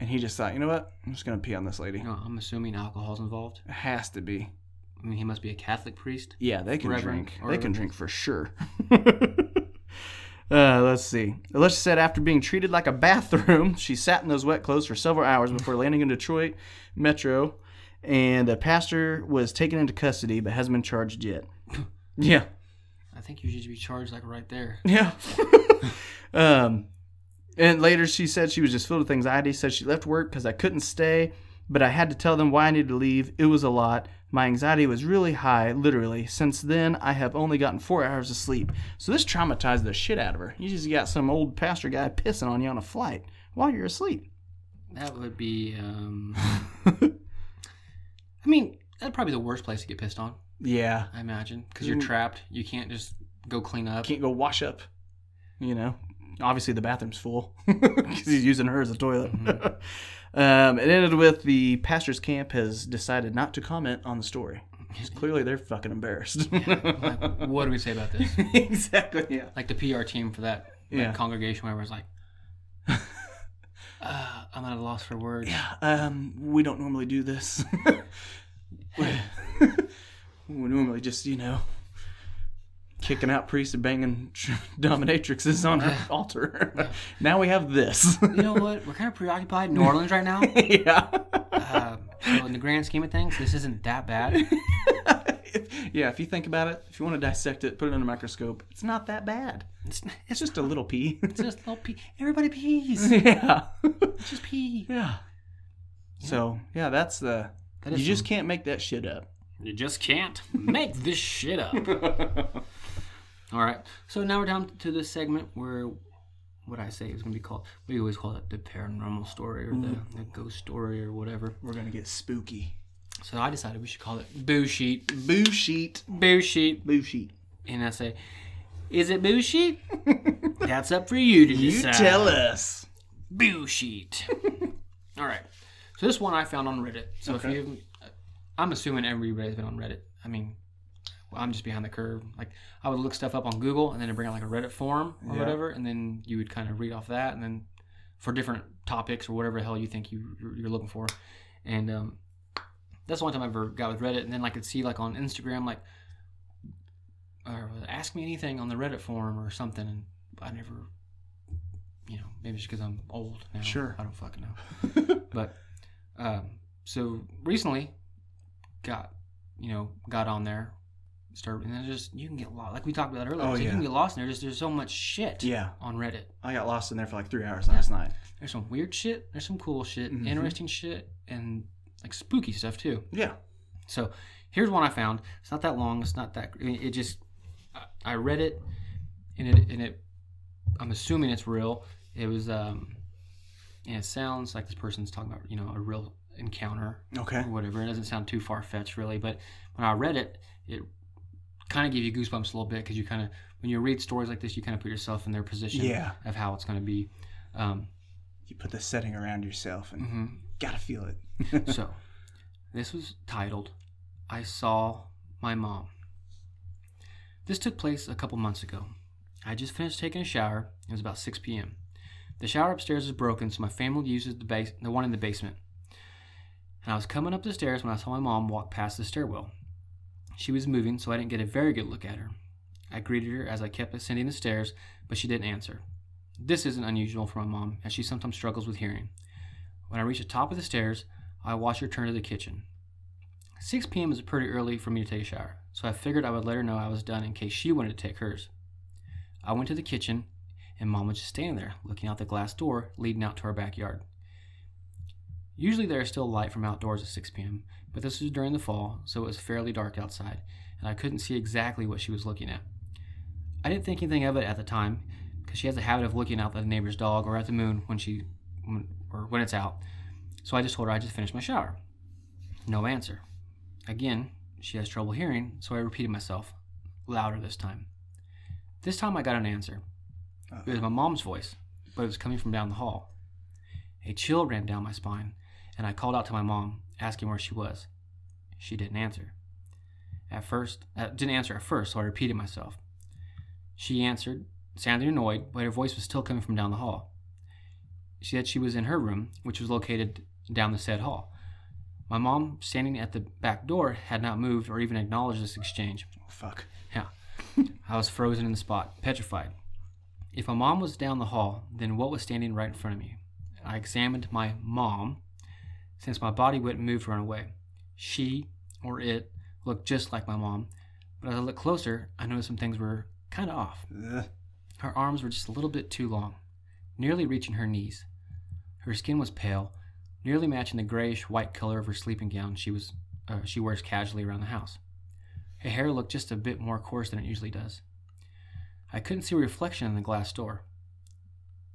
S2: And he just thought, you know what? I'm just gonna pee on this lady.
S1: You know, I'm assuming alcohol's involved.
S2: It has to be.
S1: I mean, he must be a Catholic priest.
S2: Yeah, they can
S1: Reverend
S2: drink.
S1: or-
S2: They can drink for sure. uh, let's see. Alicia said after being treated like a bathroom, she sat in those wet clothes for several hours before landing in Detroit Metro, and the pastor was taken into custody but hasn't been charged yet. yeah.
S1: I think you should be charged like right there.
S2: Yeah. um, and later she said she was just filled with anxiety. Said she left work because I couldn't stay, but I had to tell them why I needed to leave. It was a lot. My anxiety was really high, literally. Since then, I have only gotten four hours of sleep. So this traumatized the shit out of her. You just got some old pastor guy pissing on you on a flight while you're asleep.
S1: That would be. Um, I mean, that'd probably be the worst place to get pissed on.
S2: Yeah.
S1: I imagine because you're
S2: Mm.
S1: trapped. You can't just go clean up.
S2: Can't go wash up. You know, obviously the bathroom's full because he's using her as a toilet. um, it ended with the pastor's camp has decided not to comment on the story. 'Cause clearly they're fucking embarrassed.
S1: Like, what do we say about this?
S2: exactly. Yeah.
S1: Like the PR team for that, that
S2: Yeah.
S1: congregation, where I was like, uh, I'm at a loss for words.
S2: Um, we don't normally do this. we, we normally just, you know, kicking out priests and banging dominatrixes on our altar. now we have this.
S1: You know what? We're kind of preoccupied in New Orleans right now.
S2: yeah.
S1: Uh, so in the grand scheme of things, this isn't that bad.
S2: yeah, if you think about it, if you want to dissect it, put it under a microscope, it's not that bad.
S1: It's,
S2: It's just a little pee.
S1: it's just a little pee. Everybody pees.
S2: yeah.
S1: It's just pee.
S2: yeah. So, yeah, that's the.
S1: That
S2: you
S1: is
S2: just can't make that shit up.
S1: You just can't make this shit up. All right. So now we're down to this segment where what I say is going to be called, we always call it the paranormal story or the, the ghost story or whatever.
S2: We're going to get spooky.
S1: So I decided we should call it Boo Sheet.
S2: Boo sheet.
S1: Boo Sheet.
S2: Boo sheet.
S1: And I say, is it Boo Sheet? That's up for you to
S2: You
S1: decide.
S2: tell us.
S1: Boo Sheet. All right. So this one I found on Reddit. So if you, I'm assuming everybody's been on Reddit. I mean, well, I'm just behind the curve. Like I would look stuff up on Google and then it'd bring out like a Reddit forum or
S2: Yeah.
S1: whatever, and then you would kind of read off that, and then for different topics or whatever the hell you think you you're- you're looking for, and um, that's the only time I ever got with Reddit. And then I could see like on Instagram like, or ask me anything on the Reddit forum or something, and I never. You know, maybe it's because I'm old now.
S2: Sure.
S1: I don't fucking know. But um, so recently, got you know got on there, start and then just you can get lost. Like we talked about earlier,
S2: Oh,
S1: so you
S2: yeah.
S1: can get lost in there. Just there's so much shit
S2: yeah.
S1: on Reddit.
S2: I got lost in there for like three hours last night.
S1: There's some weird shit. There's some cool shit,
S2: Mhm.
S1: interesting shit, and like spooky stuff too.
S2: Yeah.
S1: So here's one I found. It's not that long. It's not that. I mean, it just I, I read it, and it and it. I'm assuming it's real. It was um, and it sounds like this person's talking about you know a real encounter
S2: Okay.
S1: or whatever. It doesn't sound too far fetched, really. But when I read it, it kind of gave you goosebumps a little bit because you kind of, when you read stories like this, you kind of put yourself in their position
S2: Yeah.
S1: of how it's going to be. Um,
S2: You put the setting around yourself and
S1: mhm.
S2: gotta feel it.
S1: so, this was titled I Saw My Mom. This took place a couple months ago. I had just finished taking a shower. It was about 6 p.m. The shower upstairs is broken, so my family uses the, base- the one in the basement. And I was coming up the stairs when I saw my mom walk past the stairwell. She was moving, so I didn't get a very good look at her. I greeted her as I kept ascending the stairs, but she didn't answer. This isn't unusual for my mom, as she sometimes struggles with hearing. When I reach the top of the stairs, I watch her turn to the kitchen. 6 p.m. is pretty early for me to take a shower, so I figured I would let her know I was done in case she wanted to take hers. I went to the kitchen, and mom was just standing there, looking out the glass door leading out to our backyard. Usually there is still light from outdoors at 6 p.m., but this was during the fall, so it was fairly dark outside, and I couldn't see exactly what she was looking at. I didn't think anything of it at the time, because she has a habit of looking out at the neighbor's dog or at the moon when she, when, or when it's out. So I just told her I just finished my shower. No answer. Again, she has trouble hearing, so I repeated myself, louder this time. This time I got an answer. It was my mom's voice, but it was coming from down the hall. A chill ran down my spine, and I called out to my mom, asking where she was. She didn't answer. At first, uh, didn't answer at first, so I repeated myself. She answered, sounding annoyed, but her voice was still coming from down the hall. She said she was in her room, which was located down the said hall. My mom, standing at the back door, had not moved or even acknowledged this exchange.
S2: Oh, fuck.
S1: Yeah. I was frozen in the spot, petrified. If my mom was down the hall, then what was standing right in front of me? I examined my mom, since my body wouldn't move to run away. She, or it, looked just like my mom, but as I looked closer, I noticed some things were kind of off.
S2: Ugh.
S1: Her arms were just a little bit too long, nearly reaching her knees. Her skin was pale, nearly matching the grayish white color of her sleeping gown she was uh, she wears casually around the house. Her hair looked just a bit more coarse than it usually does. I couldn't see a reflection in the glass door.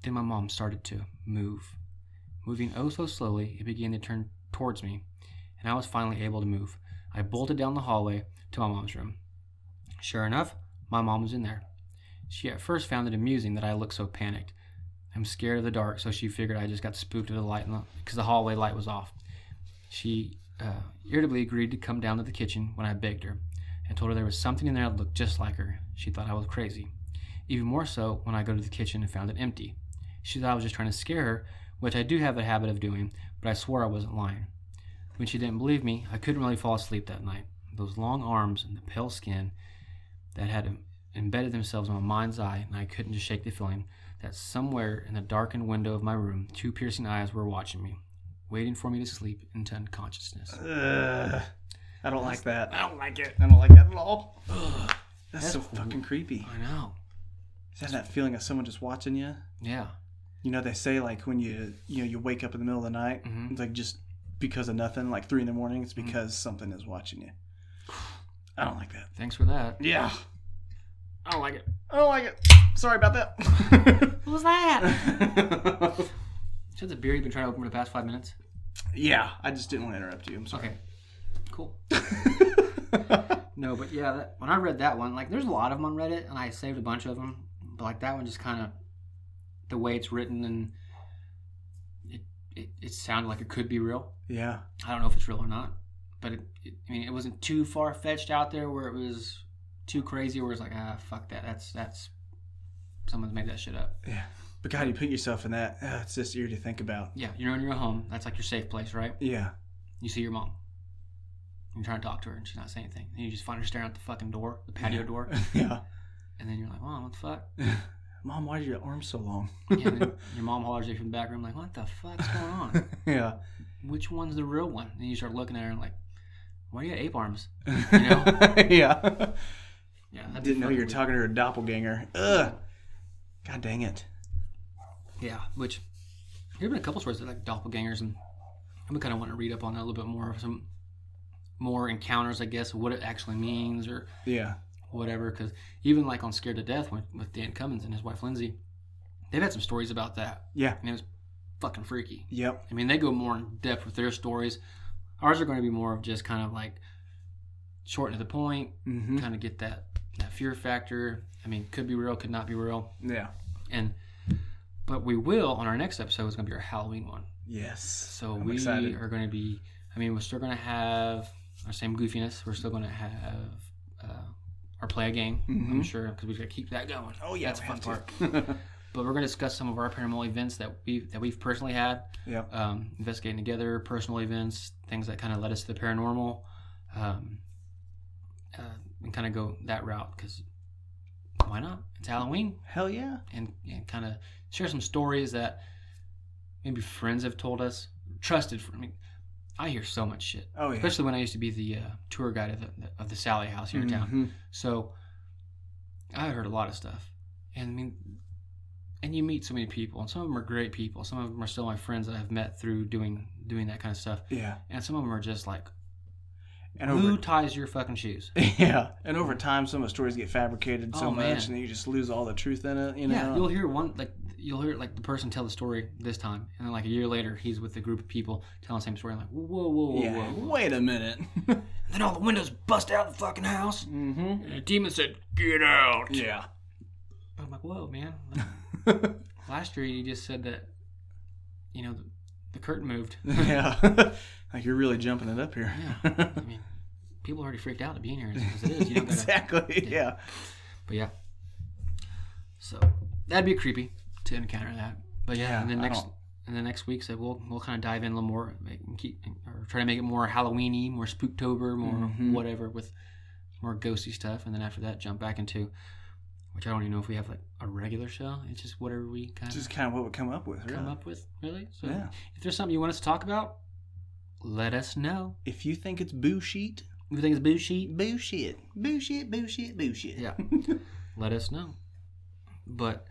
S1: Then my mom started to move. Moving oh so slowly, it began to turn towards me, and I was finally able to move. I bolted down the hallway to my mom's room. Sure enough, my mom was in there. She at first found it amusing that I looked so panicked. I'm scared of the dark, so she figured I just got spooked of the light because the hallway light was off. She uh, irritably agreed to come down to the kitchen when I begged her and told her there was something in there that looked just like her. She thought I was crazy. Even more so when I go to the kitchen and found it empty. She thought I was just trying to scare her, which I do have a habit of doing, but I swore I wasn't lying. When she didn't believe me, I couldn't really fall asleep that night. Those long arms and the pale skin that had em- embedded themselves in my mind's eye, and I couldn't just shake the feeling that somewhere in the darkened window of my room, two piercing eyes were watching me, waiting for me to sleep into unconsciousness.
S2: Ugh. I don't like that.
S1: I don't like it.
S2: I don't like that at all. That's, so
S1: That's-
S2: fucking creepy.
S1: I know.
S2: Is that that feeling of someone just watching you?
S1: Yeah.
S2: You know, they say like when you you know you wake up in the middle of the night,
S1: Mhm.
S2: it's like just because of nothing, like three in the morning, it's because something is watching you. I don't like that.
S1: Thanks for that.
S2: Yeah,
S1: I don't like it.
S2: I don't like it. Sorry about that.
S1: What was that? Is that the beer you've been trying to open for the past five minutes?
S2: yeah, I just didn't want to interrupt you. I'm sorry.
S1: Okay. Cool. No, but yeah, that, when I read that one, like there's a lot of them on Reddit, and I saved a bunch of them. But like that one, just kind of the way it's written, and it, it it sounded like it could be real.
S2: yeah,
S1: I don't know if it's real or not, but it, it, I mean, it wasn't too far fetched out there where it was too crazy, where it's like ah fuck that, that's that's someone's made that shit up.
S2: yeah. But God, you put yourself in that. Uh, it's just eerie to think about.
S1: Yeah, you're in your home. That's like your safe place, right?
S2: Yeah.
S1: You see your mom. You're trying to talk to her, and she's not saying anything. And you just find her staring at the fucking door, the patio door,
S2: yeah.
S1: and then you're like, mom, what the fuck?
S2: Mom, why are your arms so long?
S1: Yeah, then your mom hollers at you from the back room, like, what the fuck's going on?
S2: yeah.
S1: Which one's the real one? And you start looking at her and like, why do you got ape arms?
S2: yeah.
S1: Yeah,
S2: I
S1: that'd be
S2: didn't know you were
S1: fucking
S2: talking to her doppelganger. Ugh. God dang it.
S1: weird. Yeah, which there have been a couple stories that like doppelgangers, and I'm kind of want to read up on that a little bit more, some more encounters, I guess, what it actually means or
S2: Yeah.
S1: whatever. Because even like on Scared to Death with, with Dan Cummins and his wife Lindsay, they've had some stories about that,
S2: Yeah.
S1: and it was fucking freaky.
S2: Yep.
S1: I mean, they go more in depth with their stories. Ours are going to be more of just kind of like short and to the point,
S2: Mm-hmm.
S1: kind of get that that fear factor. I mean, could be real, could not be real,
S2: Yeah.
S1: and but we will on our next episode is going to be our Halloween one.
S2: Yes.
S1: So
S2: I'm
S1: we
S2: excited.
S1: are going to be. I mean, we're still going to have our same goofiness. We're still going to have uh, our play a game. I'm
S2: Mhm.
S1: sure because we got to keep that going.
S2: Oh yeah,
S1: that's a
S2: we
S1: fun
S2: have
S1: part.
S2: to.
S1: But we're going to discuss some of our paranormal events that we that we've personally had
S2: yep.
S1: um, investigating together, personal events, things that kind of led us to the paranormal, um, uh, and kind of go that route because why not? It's Halloween,
S2: Hell yeah.
S1: and, and kind of share some stories that maybe friends have told us, trusted. For, I mean, I hear so much shit,
S2: Oh yeah.
S1: especially when I used to be the uh, tour guide of the of the Sally House here in town.
S2: Mhm.
S1: So I heard a lot of stuff, and I mean, and you meet so many people, and some of them are great people. Some of them are still my friends that I've met through doing doing that kind of stuff,
S2: Yeah.
S1: and some of them are just like,
S2: And
S1: who
S2: over
S1: ties your fucking shoes?
S2: yeah, and over time, some of the stories get fabricated so
S1: Oh,
S2: much,
S1: man.
S2: and you just lose all the truth in it. You know.
S1: Yeah, you'll hear one like you'll hear like the person tell the story this time, and then like a year later, he's with a group of people telling the same story. I'm like, whoa, whoa, whoa,
S2: Yeah.
S1: whoa. whoa.
S2: Wait a minute.
S1: Then all the windows bust out of the fucking house,
S2: mm-hmm.
S1: and the demon said, "Get out."
S2: Yeah.
S1: I'm like, whoa, man. Last year, you just said that, you know, the, the curtain moved.
S2: yeah. like you're really jumping it up here.
S1: Yeah. I mean, people are already freaked out to being here as it is. You don't gotta,
S2: exactly. Yeah.
S1: But yeah. So that'd be creepy to encounter that. But yeah,
S2: Yeah,
S1: and then
S2: I
S1: next
S2: don't-
S1: and the next week, so we'll we'll kind of dive in a little more, make, and keep or try to make it more Halloweeny, more Spooktober, more
S2: Mhm.
S1: whatever with more ghosty stuff, and then after that, jump back into. Which I don't even know if we have like a regular show. It's just whatever we kind
S2: It's
S1: of
S2: just kind of what we come up with. Really.
S1: come up with, really. So
S2: Yeah.
S1: if there's something you want us to talk about, let us know.
S2: If you think it's boo shit,
S1: You think it's boo sheet?
S2: boo shit, boo shit, boo shit, boo shit.
S1: Yeah. let us know. But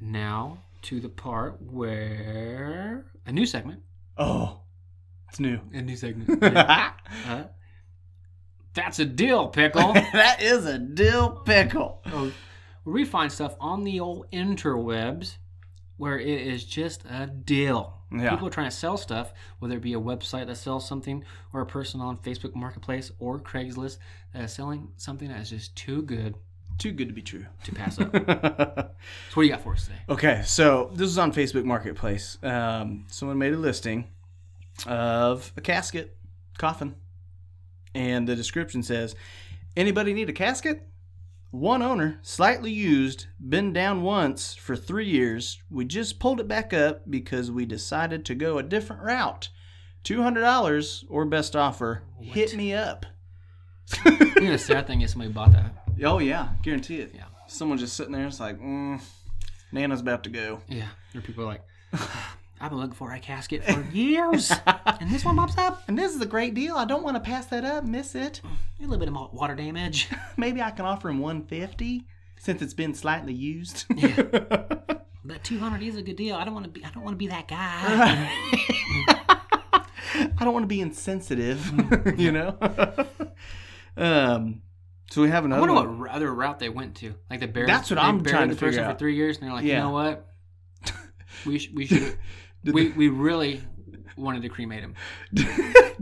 S1: now to the part where a new segment.
S2: Oh, it's new.
S1: A new segment. yeah. Uh, that's a deal, pickle.
S2: that is a dill pickle.
S1: oh, where we find stuff on the old interwebs where it is just a deal.
S2: Yeah.
S1: People are trying to sell stuff, whether it be a website that sells something or a person on Facebook Marketplace or Craigslist that is selling something that is just too good
S2: Too good to be true.
S1: to pass up. so what do you got for us today?
S2: Okay, so this is on Facebook Marketplace. Um, someone made a listing of a casket, coffin, and the description says, "Anybody need a casket? One owner, slightly used, been down once for three years. We just pulled it back up because we decided to go a different route. Two hundred dollars or best offer. Hit me up."
S1: You know, the sad thing is somebody bought that.
S2: oh yeah, guarantee it.
S1: Yeah.
S2: Someone just sitting there, it's like, mm, Nana's about to go.
S1: Yeah. There are people like, I've been looking for a casket for years, and this one pops up.
S2: And this is a great deal. I don't want to pass that up, miss it.
S1: A little bit of mo- water damage.
S2: Maybe I can offer him 150 since it's been slightly used.
S1: But 200 is a good deal. I don't want to be. I don't want to be that guy.
S2: I don't want to be insensitive, you know? um, so we have
S1: I
S2: another
S1: wonder
S2: one.
S1: what r- other route they went to. Like the bears.
S2: That's what
S1: they
S2: I'm
S1: buried
S2: trying
S1: the
S2: to
S1: person
S2: figure
S1: for
S2: out.
S1: three years, and they're like,
S2: Yeah.
S1: you know what? We sh- we should we we really wanted to cremate him.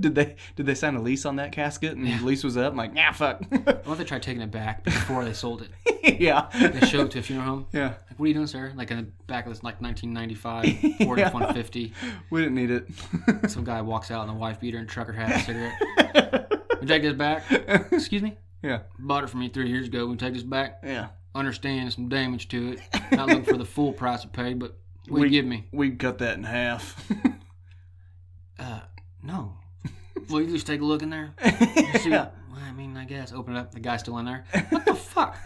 S2: did they did they sign a lease on that casket and the lease was up? I'm like, nah, fuck.
S1: I want to try taking it back before they sold it.
S2: yeah.
S1: They showed it to a funeral home.
S2: Yeah.
S1: Like, what are you doing, sir? Like in the back of this like 1995 Ford
S2: Yeah.
S1: F-150.
S2: We didn't need it.
S1: Some guy walks out in a wife beater and trucker hat and cigarette. we take this back. Excuse me?
S2: yeah.
S1: Bought it from me three years ago. We take this back.
S2: Yeah.
S1: Understand some damage to it. Not looking for the full price I paid, but we,
S2: We-
S1: give me.
S2: We'd cut that in half.
S1: Uh, no. Will you just take a look in there? See,
S2: yeah.
S1: well, I mean, I guess. Open it up. The guy's still in there. What the fuck?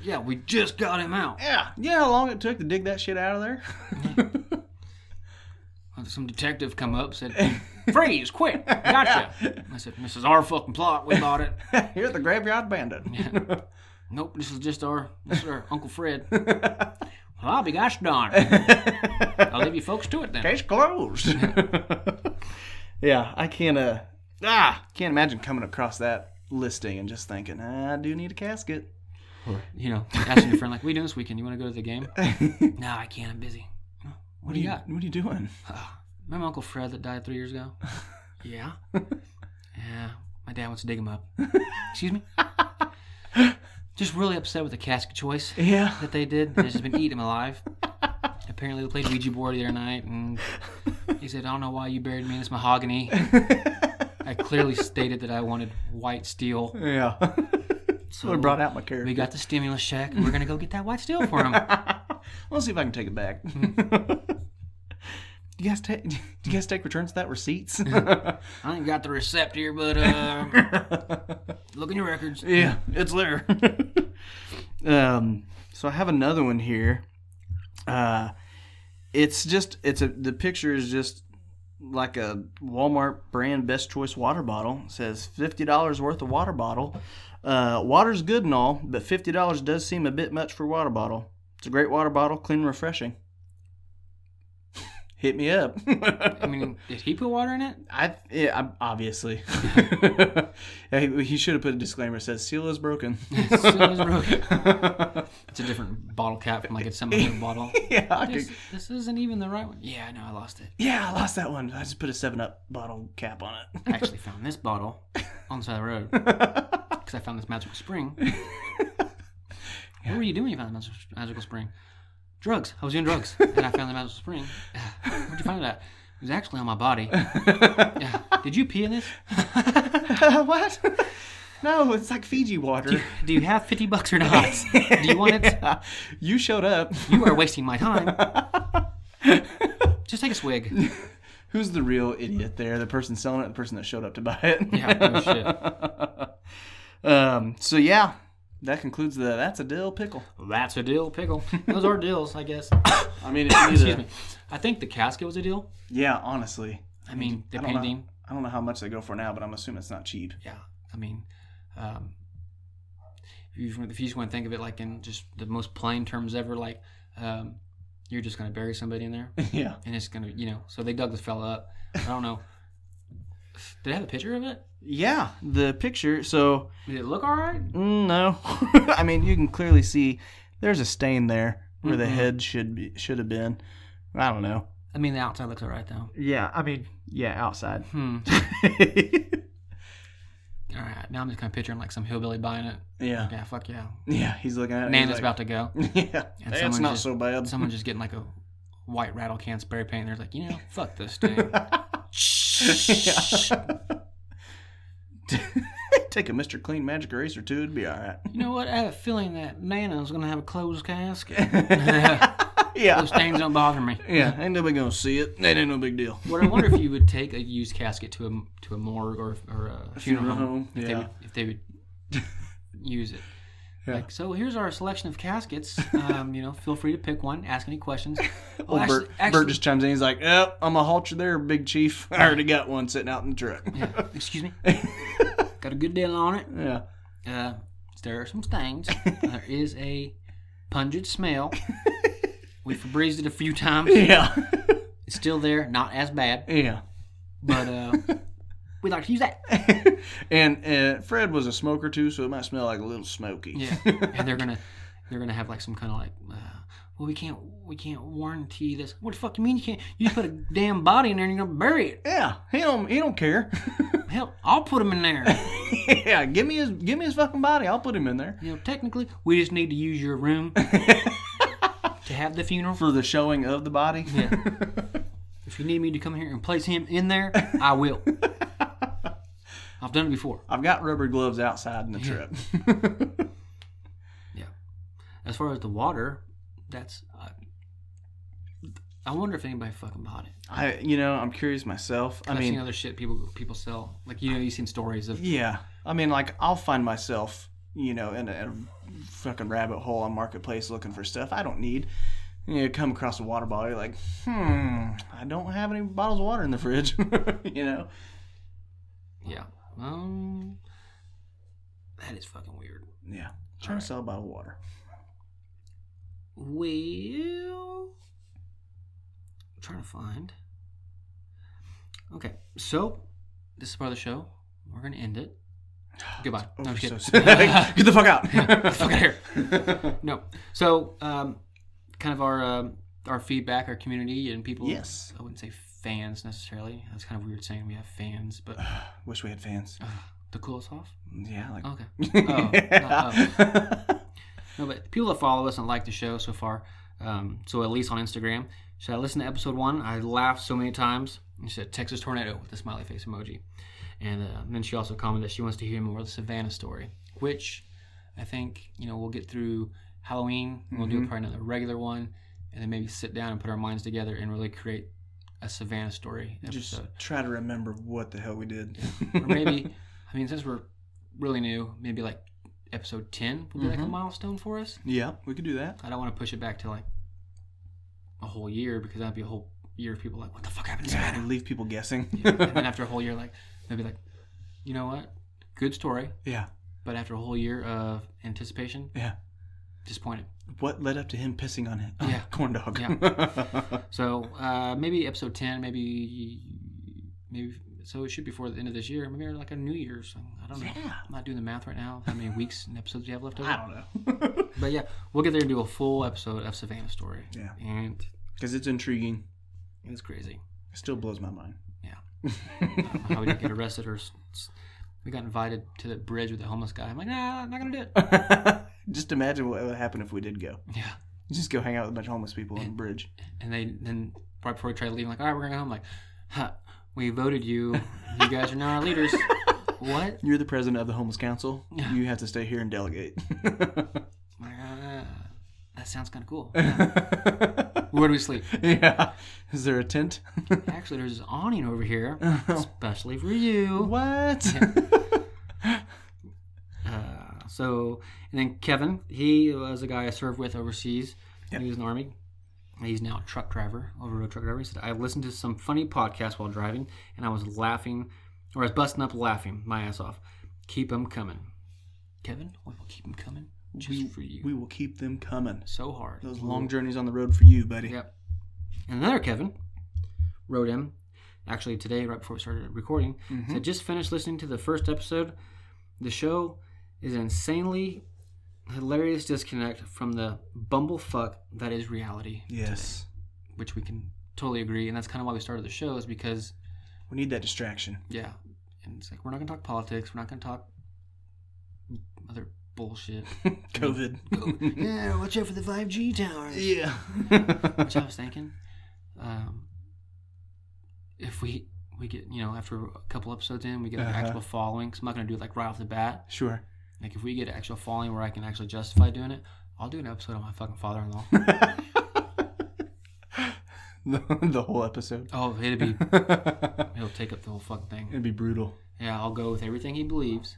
S1: yeah, we just got him out.
S2: Yeah. You know how long it took to dig that shit out of there?
S1: Uh, Some detective come up said, "Freeze, quick, gotcha." I said, "This is our fucking plot. We bought it."
S2: You're the graveyard bandit.
S1: Nope, this is just our this is our Uncle Fred. well, I'll be gosh darn. I'll leave you folks to it then.
S2: Case closed. yeah, I can't. Uh, ah, can't imagine coming across that listing and just thinking, "Ah, I do need a casket.
S1: Or, you know, asking your friend like, "What are you doing this weekend? You want to go to the game?" no, I can't. I'm busy. "Huh, What, do you, got?
S2: What are you doing?
S1: Remember Uncle Fred that died three years ago? yeah. Yeah. My dad wants to dig him up. Excuse me. Just really upset with the casket choice
S2: Yeah,
S1: that they did. They've just been eating him alive. Apparently, they played Ouija board the other night, and he said, "I don't know why you buried me in this mahogany." I clearly stated that I wanted white steel.
S2: yeah. so I brought out my
S1: We
S2: character.
S1: got the stimulus check. and We're gonna go get that white steel for him.
S2: Let's see if I can take it back.
S1: Mm-hmm.
S2: do you guys take? Do you guys take returns to that receipts?
S1: I ain't got the receipt here, but uh, look in your records.
S2: Yeah, it's there. um, so I have another one here. Uh, it's just it's a the picture is just like a Walmart brand best choice water bottle. It says fifty dollars worth of water bottle. Uh, water's good and all, but fifty dollars does seem a bit much for a water bottle. It's a great water bottle, clean and refreshing. Hit me up.
S1: I mean, did he put water in it?
S2: I yeah, I'm- obviously. Yeah, he, he should have put a disclaimer that says seal is broken.
S1: It's it's a different bottle cap from like a some other bottle.
S2: yeah, I
S1: This,
S2: could-
S1: this isn't even the right one. Yeah, no, I lost it.
S2: yeah, I lost that one. I just put a seven up bottle cap on it.
S1: I actually found this bottle on the side of the road because I found this magical spring. What were you doing? when You found the magical, magical spring? Drugs. I was doing drugs, and I found the magical spring. Where'd you find it at? It was actually on my body. Yeah. Did you pee in this?
S2: what? no, it's like Fiji water.
S1: Do you have fifty bucks or not? Do you want it?
S2: Yeah, you showed up.
S1: You are wasting my time. Just take a swig.
S2: Who's the real idiot there? The person selling it, the person that showed up to buy it.
S1: Yeah, no shit.
S2: Um. So yeah, that concludes the. That's a dill pickle.
S1: That's a dill pickle. Those are dills, I guess.
S2: I mean,
S1: Excuse me. I think the casket was a deal.
S2: Yeah, honestly,
S1: I mean,
S2: I don't know-
S1: depending.
S2: I don't know how much they go for now, but I'm assuming it's not cheap.
S1: yeah, I mean, um, if you if you just want to think of it like in just the most plain terms ever, like um, you're just gonna bury somebody in there,
S2: yeah.
S1: and it's gonna you know. So they dug this fella up. I don't know. Did they have a picture of it?
S2: Yeah, the picture. So
S1: Did it look all right?
S2: mm, no, I mean you can clearly see there's a stain there where the
S1: Mhm.
S2: head should be should have been. I don't know.
S1: I mean, the outside looks all right though.
S2: Yeah, I mean yeah, outside.
S1: Hmm.
S2: yeah,
S1: All right. Now I'm just kind of picturing like some hillbilly buying it. Yeah. Fuck yeah.
S2: yeah. He's looking at it.
S1: Nana's
S2: he's like,
S1: about to go.
S2: Yeah,
S1: And
S2: that's
S1: someone
S2: not
S1: just-
S2: so bad.
S1: Someone just getting like a white rattle can spray paint. And they're like, you know, fuck this thing.
S2: Take a Mr. Clean magic eraser too. It'd be all right.
S1: You know what? I have a feeling that Nana's gonna have a closed casket.
S2: Yeah,
S1: Those stains don't bother me.
S2: yeah. Ain't nobody gonna see it. That ain't no big deal.
S1: What I wonder if you would take a used casket to a to a morgue or, or a funeral home, if, they
S2: Yeah.
S1: would, if they would use it.
S2: Yeah.
S1: Like, so here's our selection of caskets. Um, you know, feel free to pick one. Ask any questions. Oh,
S2: Old
S1: actually-
S2: Bert,
S1: actually-
S2: Bert just chimes in. He's like, "Yep, I'm a halter there, Big Chief. I already got one sitting out in the truck."
S1: yeah, excuse me. Got a good deal on it.
S2: Yeah.
S1: Uh, there are some stains. there is a pungent smell. We Febrezed it a few times.
S2: Yeah.
S1: It's still there, not as bad,
S2: Yeah.
S1: but uh, we like to use that.
S2: and uh, Fred was a smoker too, so it might smell like a little smoky.
S1: Yeah, and they're gonna they're gonna have like some kind of like, uh, well, we can't we can't warranty this. What the fuck do you mean you can't? You just put a damn body in there and you're gonna bury it.
S2: Yeah. He don't. He don't care.
S1: Hell, I'll put him in there.
S2: yeah. Give me his. Give me his fucking body. I'll put him in there
S1: You know, technically, we just need to use your room to have the funeral.
S2: for the showing of the body.
S1: Yeah. If you need me to come here and place him in there, I will. I've done it before.
S2: I've got rubber gloves outside in the trip.
S1: Yeah. As far as the water, that's. Uh, I wonder if anybody fucking bought it.
S2: I, you know, I'm curious myself. I
S1: I've
S2: mean,
S1: seen other shit people people sell. Like you know, you've seen stories of
S2: yeah. I mean, like I'll find myself, you know, in a, in a fucking rabbit hole on marketplace looking for stuff I don't need. You know, come across a water bottle, you're like, hmm, I don't have any bottles of water in the fridge. you know.
S1: yeah. Um, that is fucking weird.
S2: Yeah. Trying to sell a bottle of water.
S1: Well, I'm trying to find. Okay, so this is part of the show. We're gonna end it. Goodbye. No, I'm
S2: Oh, So
S1: kidding.
S2: sick. Get the fuck out.
S1: fuck out here. no. So, um, kind of our um, our feedback, our community, and people.
S2: Yes.
S1: I wouldn't say fans necessarily. That's kind of weird saying we have fans, but
S2: Wish we had fans.
S1: uh, to cool us off.
S2: Yeah, like
S1: Okay. Oh, uh, oh. No, but people that follow us and like the show so far, um, so at least on Instagram, should I listen to episode one? I laughed so many times. And She said Texas tornado with the smiley face emoji, and uh, then she also commented that she wants to hear more of the Savannah story, which I think you know we'll get through Halloween. and We'll do probably another regular one, and then maybe sit down and put our minds together and really create a Savannah story episode.
S2: Just try to remember what the hell we did.
S1: or maybe I mean since we're really new, maybe like episode ten would be like a milestone for us.
S2: yeah, we could do that.
S1: I don't want to push it back to like a whole year because that'd be a whole year of people like, what the fuck happened to
S2: Yeah,
S1: Savannah?
S2: and leave people guessing.
S1: and then after a whole year, like they'd be like, you know what, good story,
S2: yeah.
S1: but after a whole year of anticipation,
S2: Yeah.
S1: disappointed.
S2: What led up to him pissing on it?
S1: Yeah.
S2: corn dog.
S1: So uh, maybe episode ten, maybe maybe so it should be before the end of this year, maybe like a New Year's. I don't know.
S2: Yeah.
S1: I'm not doing the math right now. How many weeks and episodes we have left over?
S2: I don't know.
S1: But yeah, we'll get there and do a full episode of Savannah's story.
S2: Yeah.
S1: and
S2: Because it's intriguing.
S1: it's crazy.
S2: It still blows my mind.
S1: Yeah.
S2: Yeah.
S1: How we didn't get arrested or s- s- we got invited to the bridge with the homeless guy. I'm like, nah, I'm not gonna do it.
S2: Just imagine what would happen if we did go.
S1: Yeah.
S2: Just go hang out with a bunch of homeless people on the bridge.
S1: And they then right before we tried to leave, like, all right, we're going home. Like, huh, we voted you. You guys are not our leaders. what?
S2: You're the president of the homeless council. You have to stay here and delegate.
S1: I'm like, uh, that sounds kind of cool. Where do we sleep?
S2: yeah. Is there a tent?
S1: Actually, there's this awning over here, especially for you.
S2: what?
S1: Uh, so, and then Kevin, he was a guy I served with overseas. He was in the army. He's now a truck driver, over-road truck driver. He said, I listened to some funny podcast while driving, and I was laughing, or I was busting up laughing my ass off. Keep 'em coming. Kevin, we will keep 'em coming just for you.
S2: we will keep them coming.
S1: so hard.
S2: Those long journeys on the road for you, buddy.
S1: Yep. And another Kevin wrote in, actually today, right before we started recording, said, just finished listening to the first episode. The show is an insanely hilarious disconnect from the bumblefuck that is reality,
S2: Yes.
S1: which we can totally agree. And that's kind of why we started the show, is because,
S2: We need that distraction.
S1: yeah, and it's like, we're not going to talk politics. We're not going to talk other bullshit.
S2: COVID.
S1: yeah, watch out for the 5G towers.
S2: yeah.
S1: which I was thinking, um, if we we get you know after a couple episodes in, we get like,
S2: Uh-huh.
S1: actual following. Cause I'm not gonna do it like right off the bat.
S2: sure.
S1: Like if we get actual following where I can actually justify doing it, I'll do an episode on my fucking father-in-law.
S2: The, the whole episode.
S1: oh, it'd be
S2: It'd
S1: he'll take up the whole fucking thing.
S2: be brutal.
S1: Yeah, I'll go with everything he believes.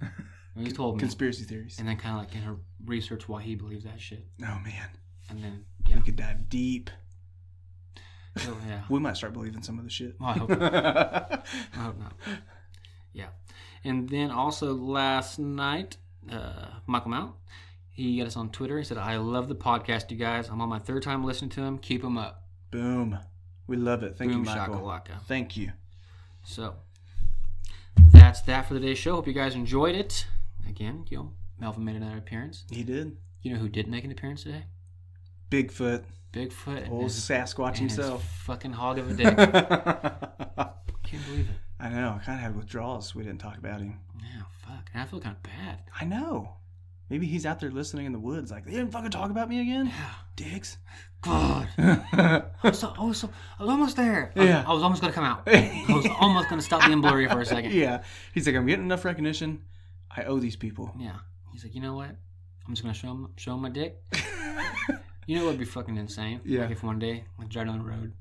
S1: And he told me,
S2: Conspiracy theories.
S1: and then kind of like in her research why he believes that shit,
S2: Oh, man.
S1: and then
S2: We
S1: yeah,
S2: could dive deep.
S1: so, yeah.
S2: We might start believing some of the shit.
S1: Well, I hope I hope not. Oh, Yeah. And then also last night, uh, Michael Mount, he got us on Twitter. He said, I love the podcast, you guys. I'm on my third time listening to him. Keep him up.
S2: Boom. We love it. Thank
S1: Boom
S2: you, Michael.
S1: shakalaka.
S2: Thank you.
S1: So that's that for today's show. Hope you guys enjoyed it. Again, you know, Melvin made another appearance.
S2: He did.
S1: You know who did make an appearance today?
S2: Bigfoot.
S1: Bigfoot and
S2: Old
S1: his,
S2: Sasquatch
S1: and his
S2: himself.
S1: fucking hog of a dick.
S2: I
S1: Can't believe it.
S2: know. I kind of had withdrawals. We didn't talk about him.
S1: Yeah, fuck. And I feel kind of bad.
S2: I know. Maybe he's out there listening in the woods, like, they didn't fucking talk about me again?
S1: Yeah.
S2: Dicks.
S1: God. I was, so, I, was so, I was almost there. I,
S2: Yeah.
S1: I was almost going to come out. I was almost going to stop being blurry for a second. Yeah.
S2: yeah. He's like, I'm getting enough recognition. I owe these people.
S1: He's like, you know what? I'm just going to show him, show him my dick. you know what would be fucking insane?
S2: Yeah.
S1: Like if one day, like driving down the road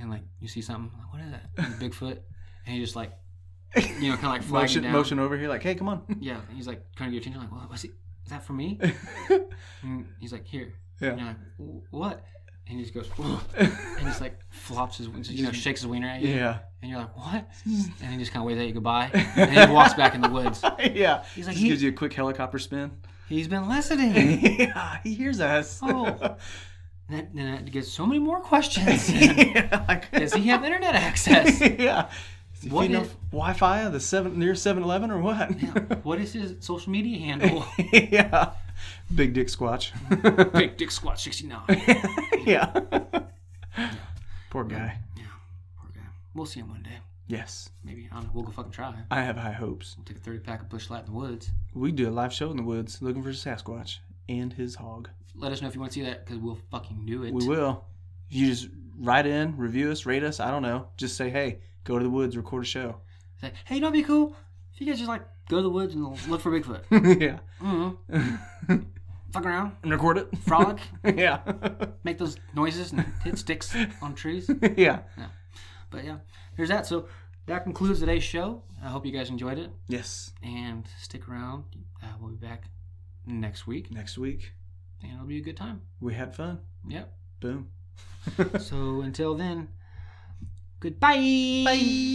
S1: and like you see something, like, what is that? It's Bigfoot. And he just like, you know, kind of like flagging
S2: motion,
S1: down.
S2: motion over here, like, hey, come on.
S1: Yeah. And he's like trying to get your attention. Like, what was he? Is that for me? And he's like, here.
S2: Yeah.
S1: And you're like, "Wh- what? And he just goes, and just like flops his, you know, shakes his wiener at you.
S2: yeah.
S1: And you're like, what? And he just kind of waves at you goodbye. And he walks back in the woods.
S2: yeah.
S1: He's like,
S2: Just
S1: he-
S2: gives you a quick helicopter spin.
S1: He's been listening.
S2: yeah, he hears us.
S1: Oh. And that, and that gets so many more questions.
S2: yeah. Like,
S1: Does he have internet access?
S2: yeah. Is he
S1: What
S2: feeding
S1: if-
S2: off Wi-Fi, uh, the seven near 7-Eleven or what?
S1: What is his social media handle?
S2: yeah. Big dick squatch.
S1: Big Dick Squat 69.
S2: yeah. Poor guy.
S1: Yeah, poor guy. We'll see him one day.
S2: Yes,
S1: Maybe, I don't know, we'll go fucking try.
S2: I have high hopes.
S1: We'll take a 30 pack of Bush Light in the woods.
S2: We do a live show in the woods looking for Sasquatch and his hog.
S1: Let us know if you want to see that because we'll fucking do it.
S2: We will. If you just write in, review us, rate us, I don't know. Just say, hey, go to the woods, record a show.
S1: Say, hey, don't be cool. If you guys just like go to the woods and look for Bigfoot,
S2: yeah.
S1: mm-hmm. fuck around,
S2: And record it.
S1: frolic,
S2: yeah.
S1: make those noises and hit sticks on trees.
S2: yeah.
S1: But yeah, there's that. So that concludes today's show. I hope you guys enjoyed it
S2: Yes.
S1: and stick around. Uh, we'll be back next week
S2: Next week,
S1: and it'll be a good time.
S2: we had fun.
S1: Yep.
S2: Boom.
S1: so until then, goodbye.
S2: Bye.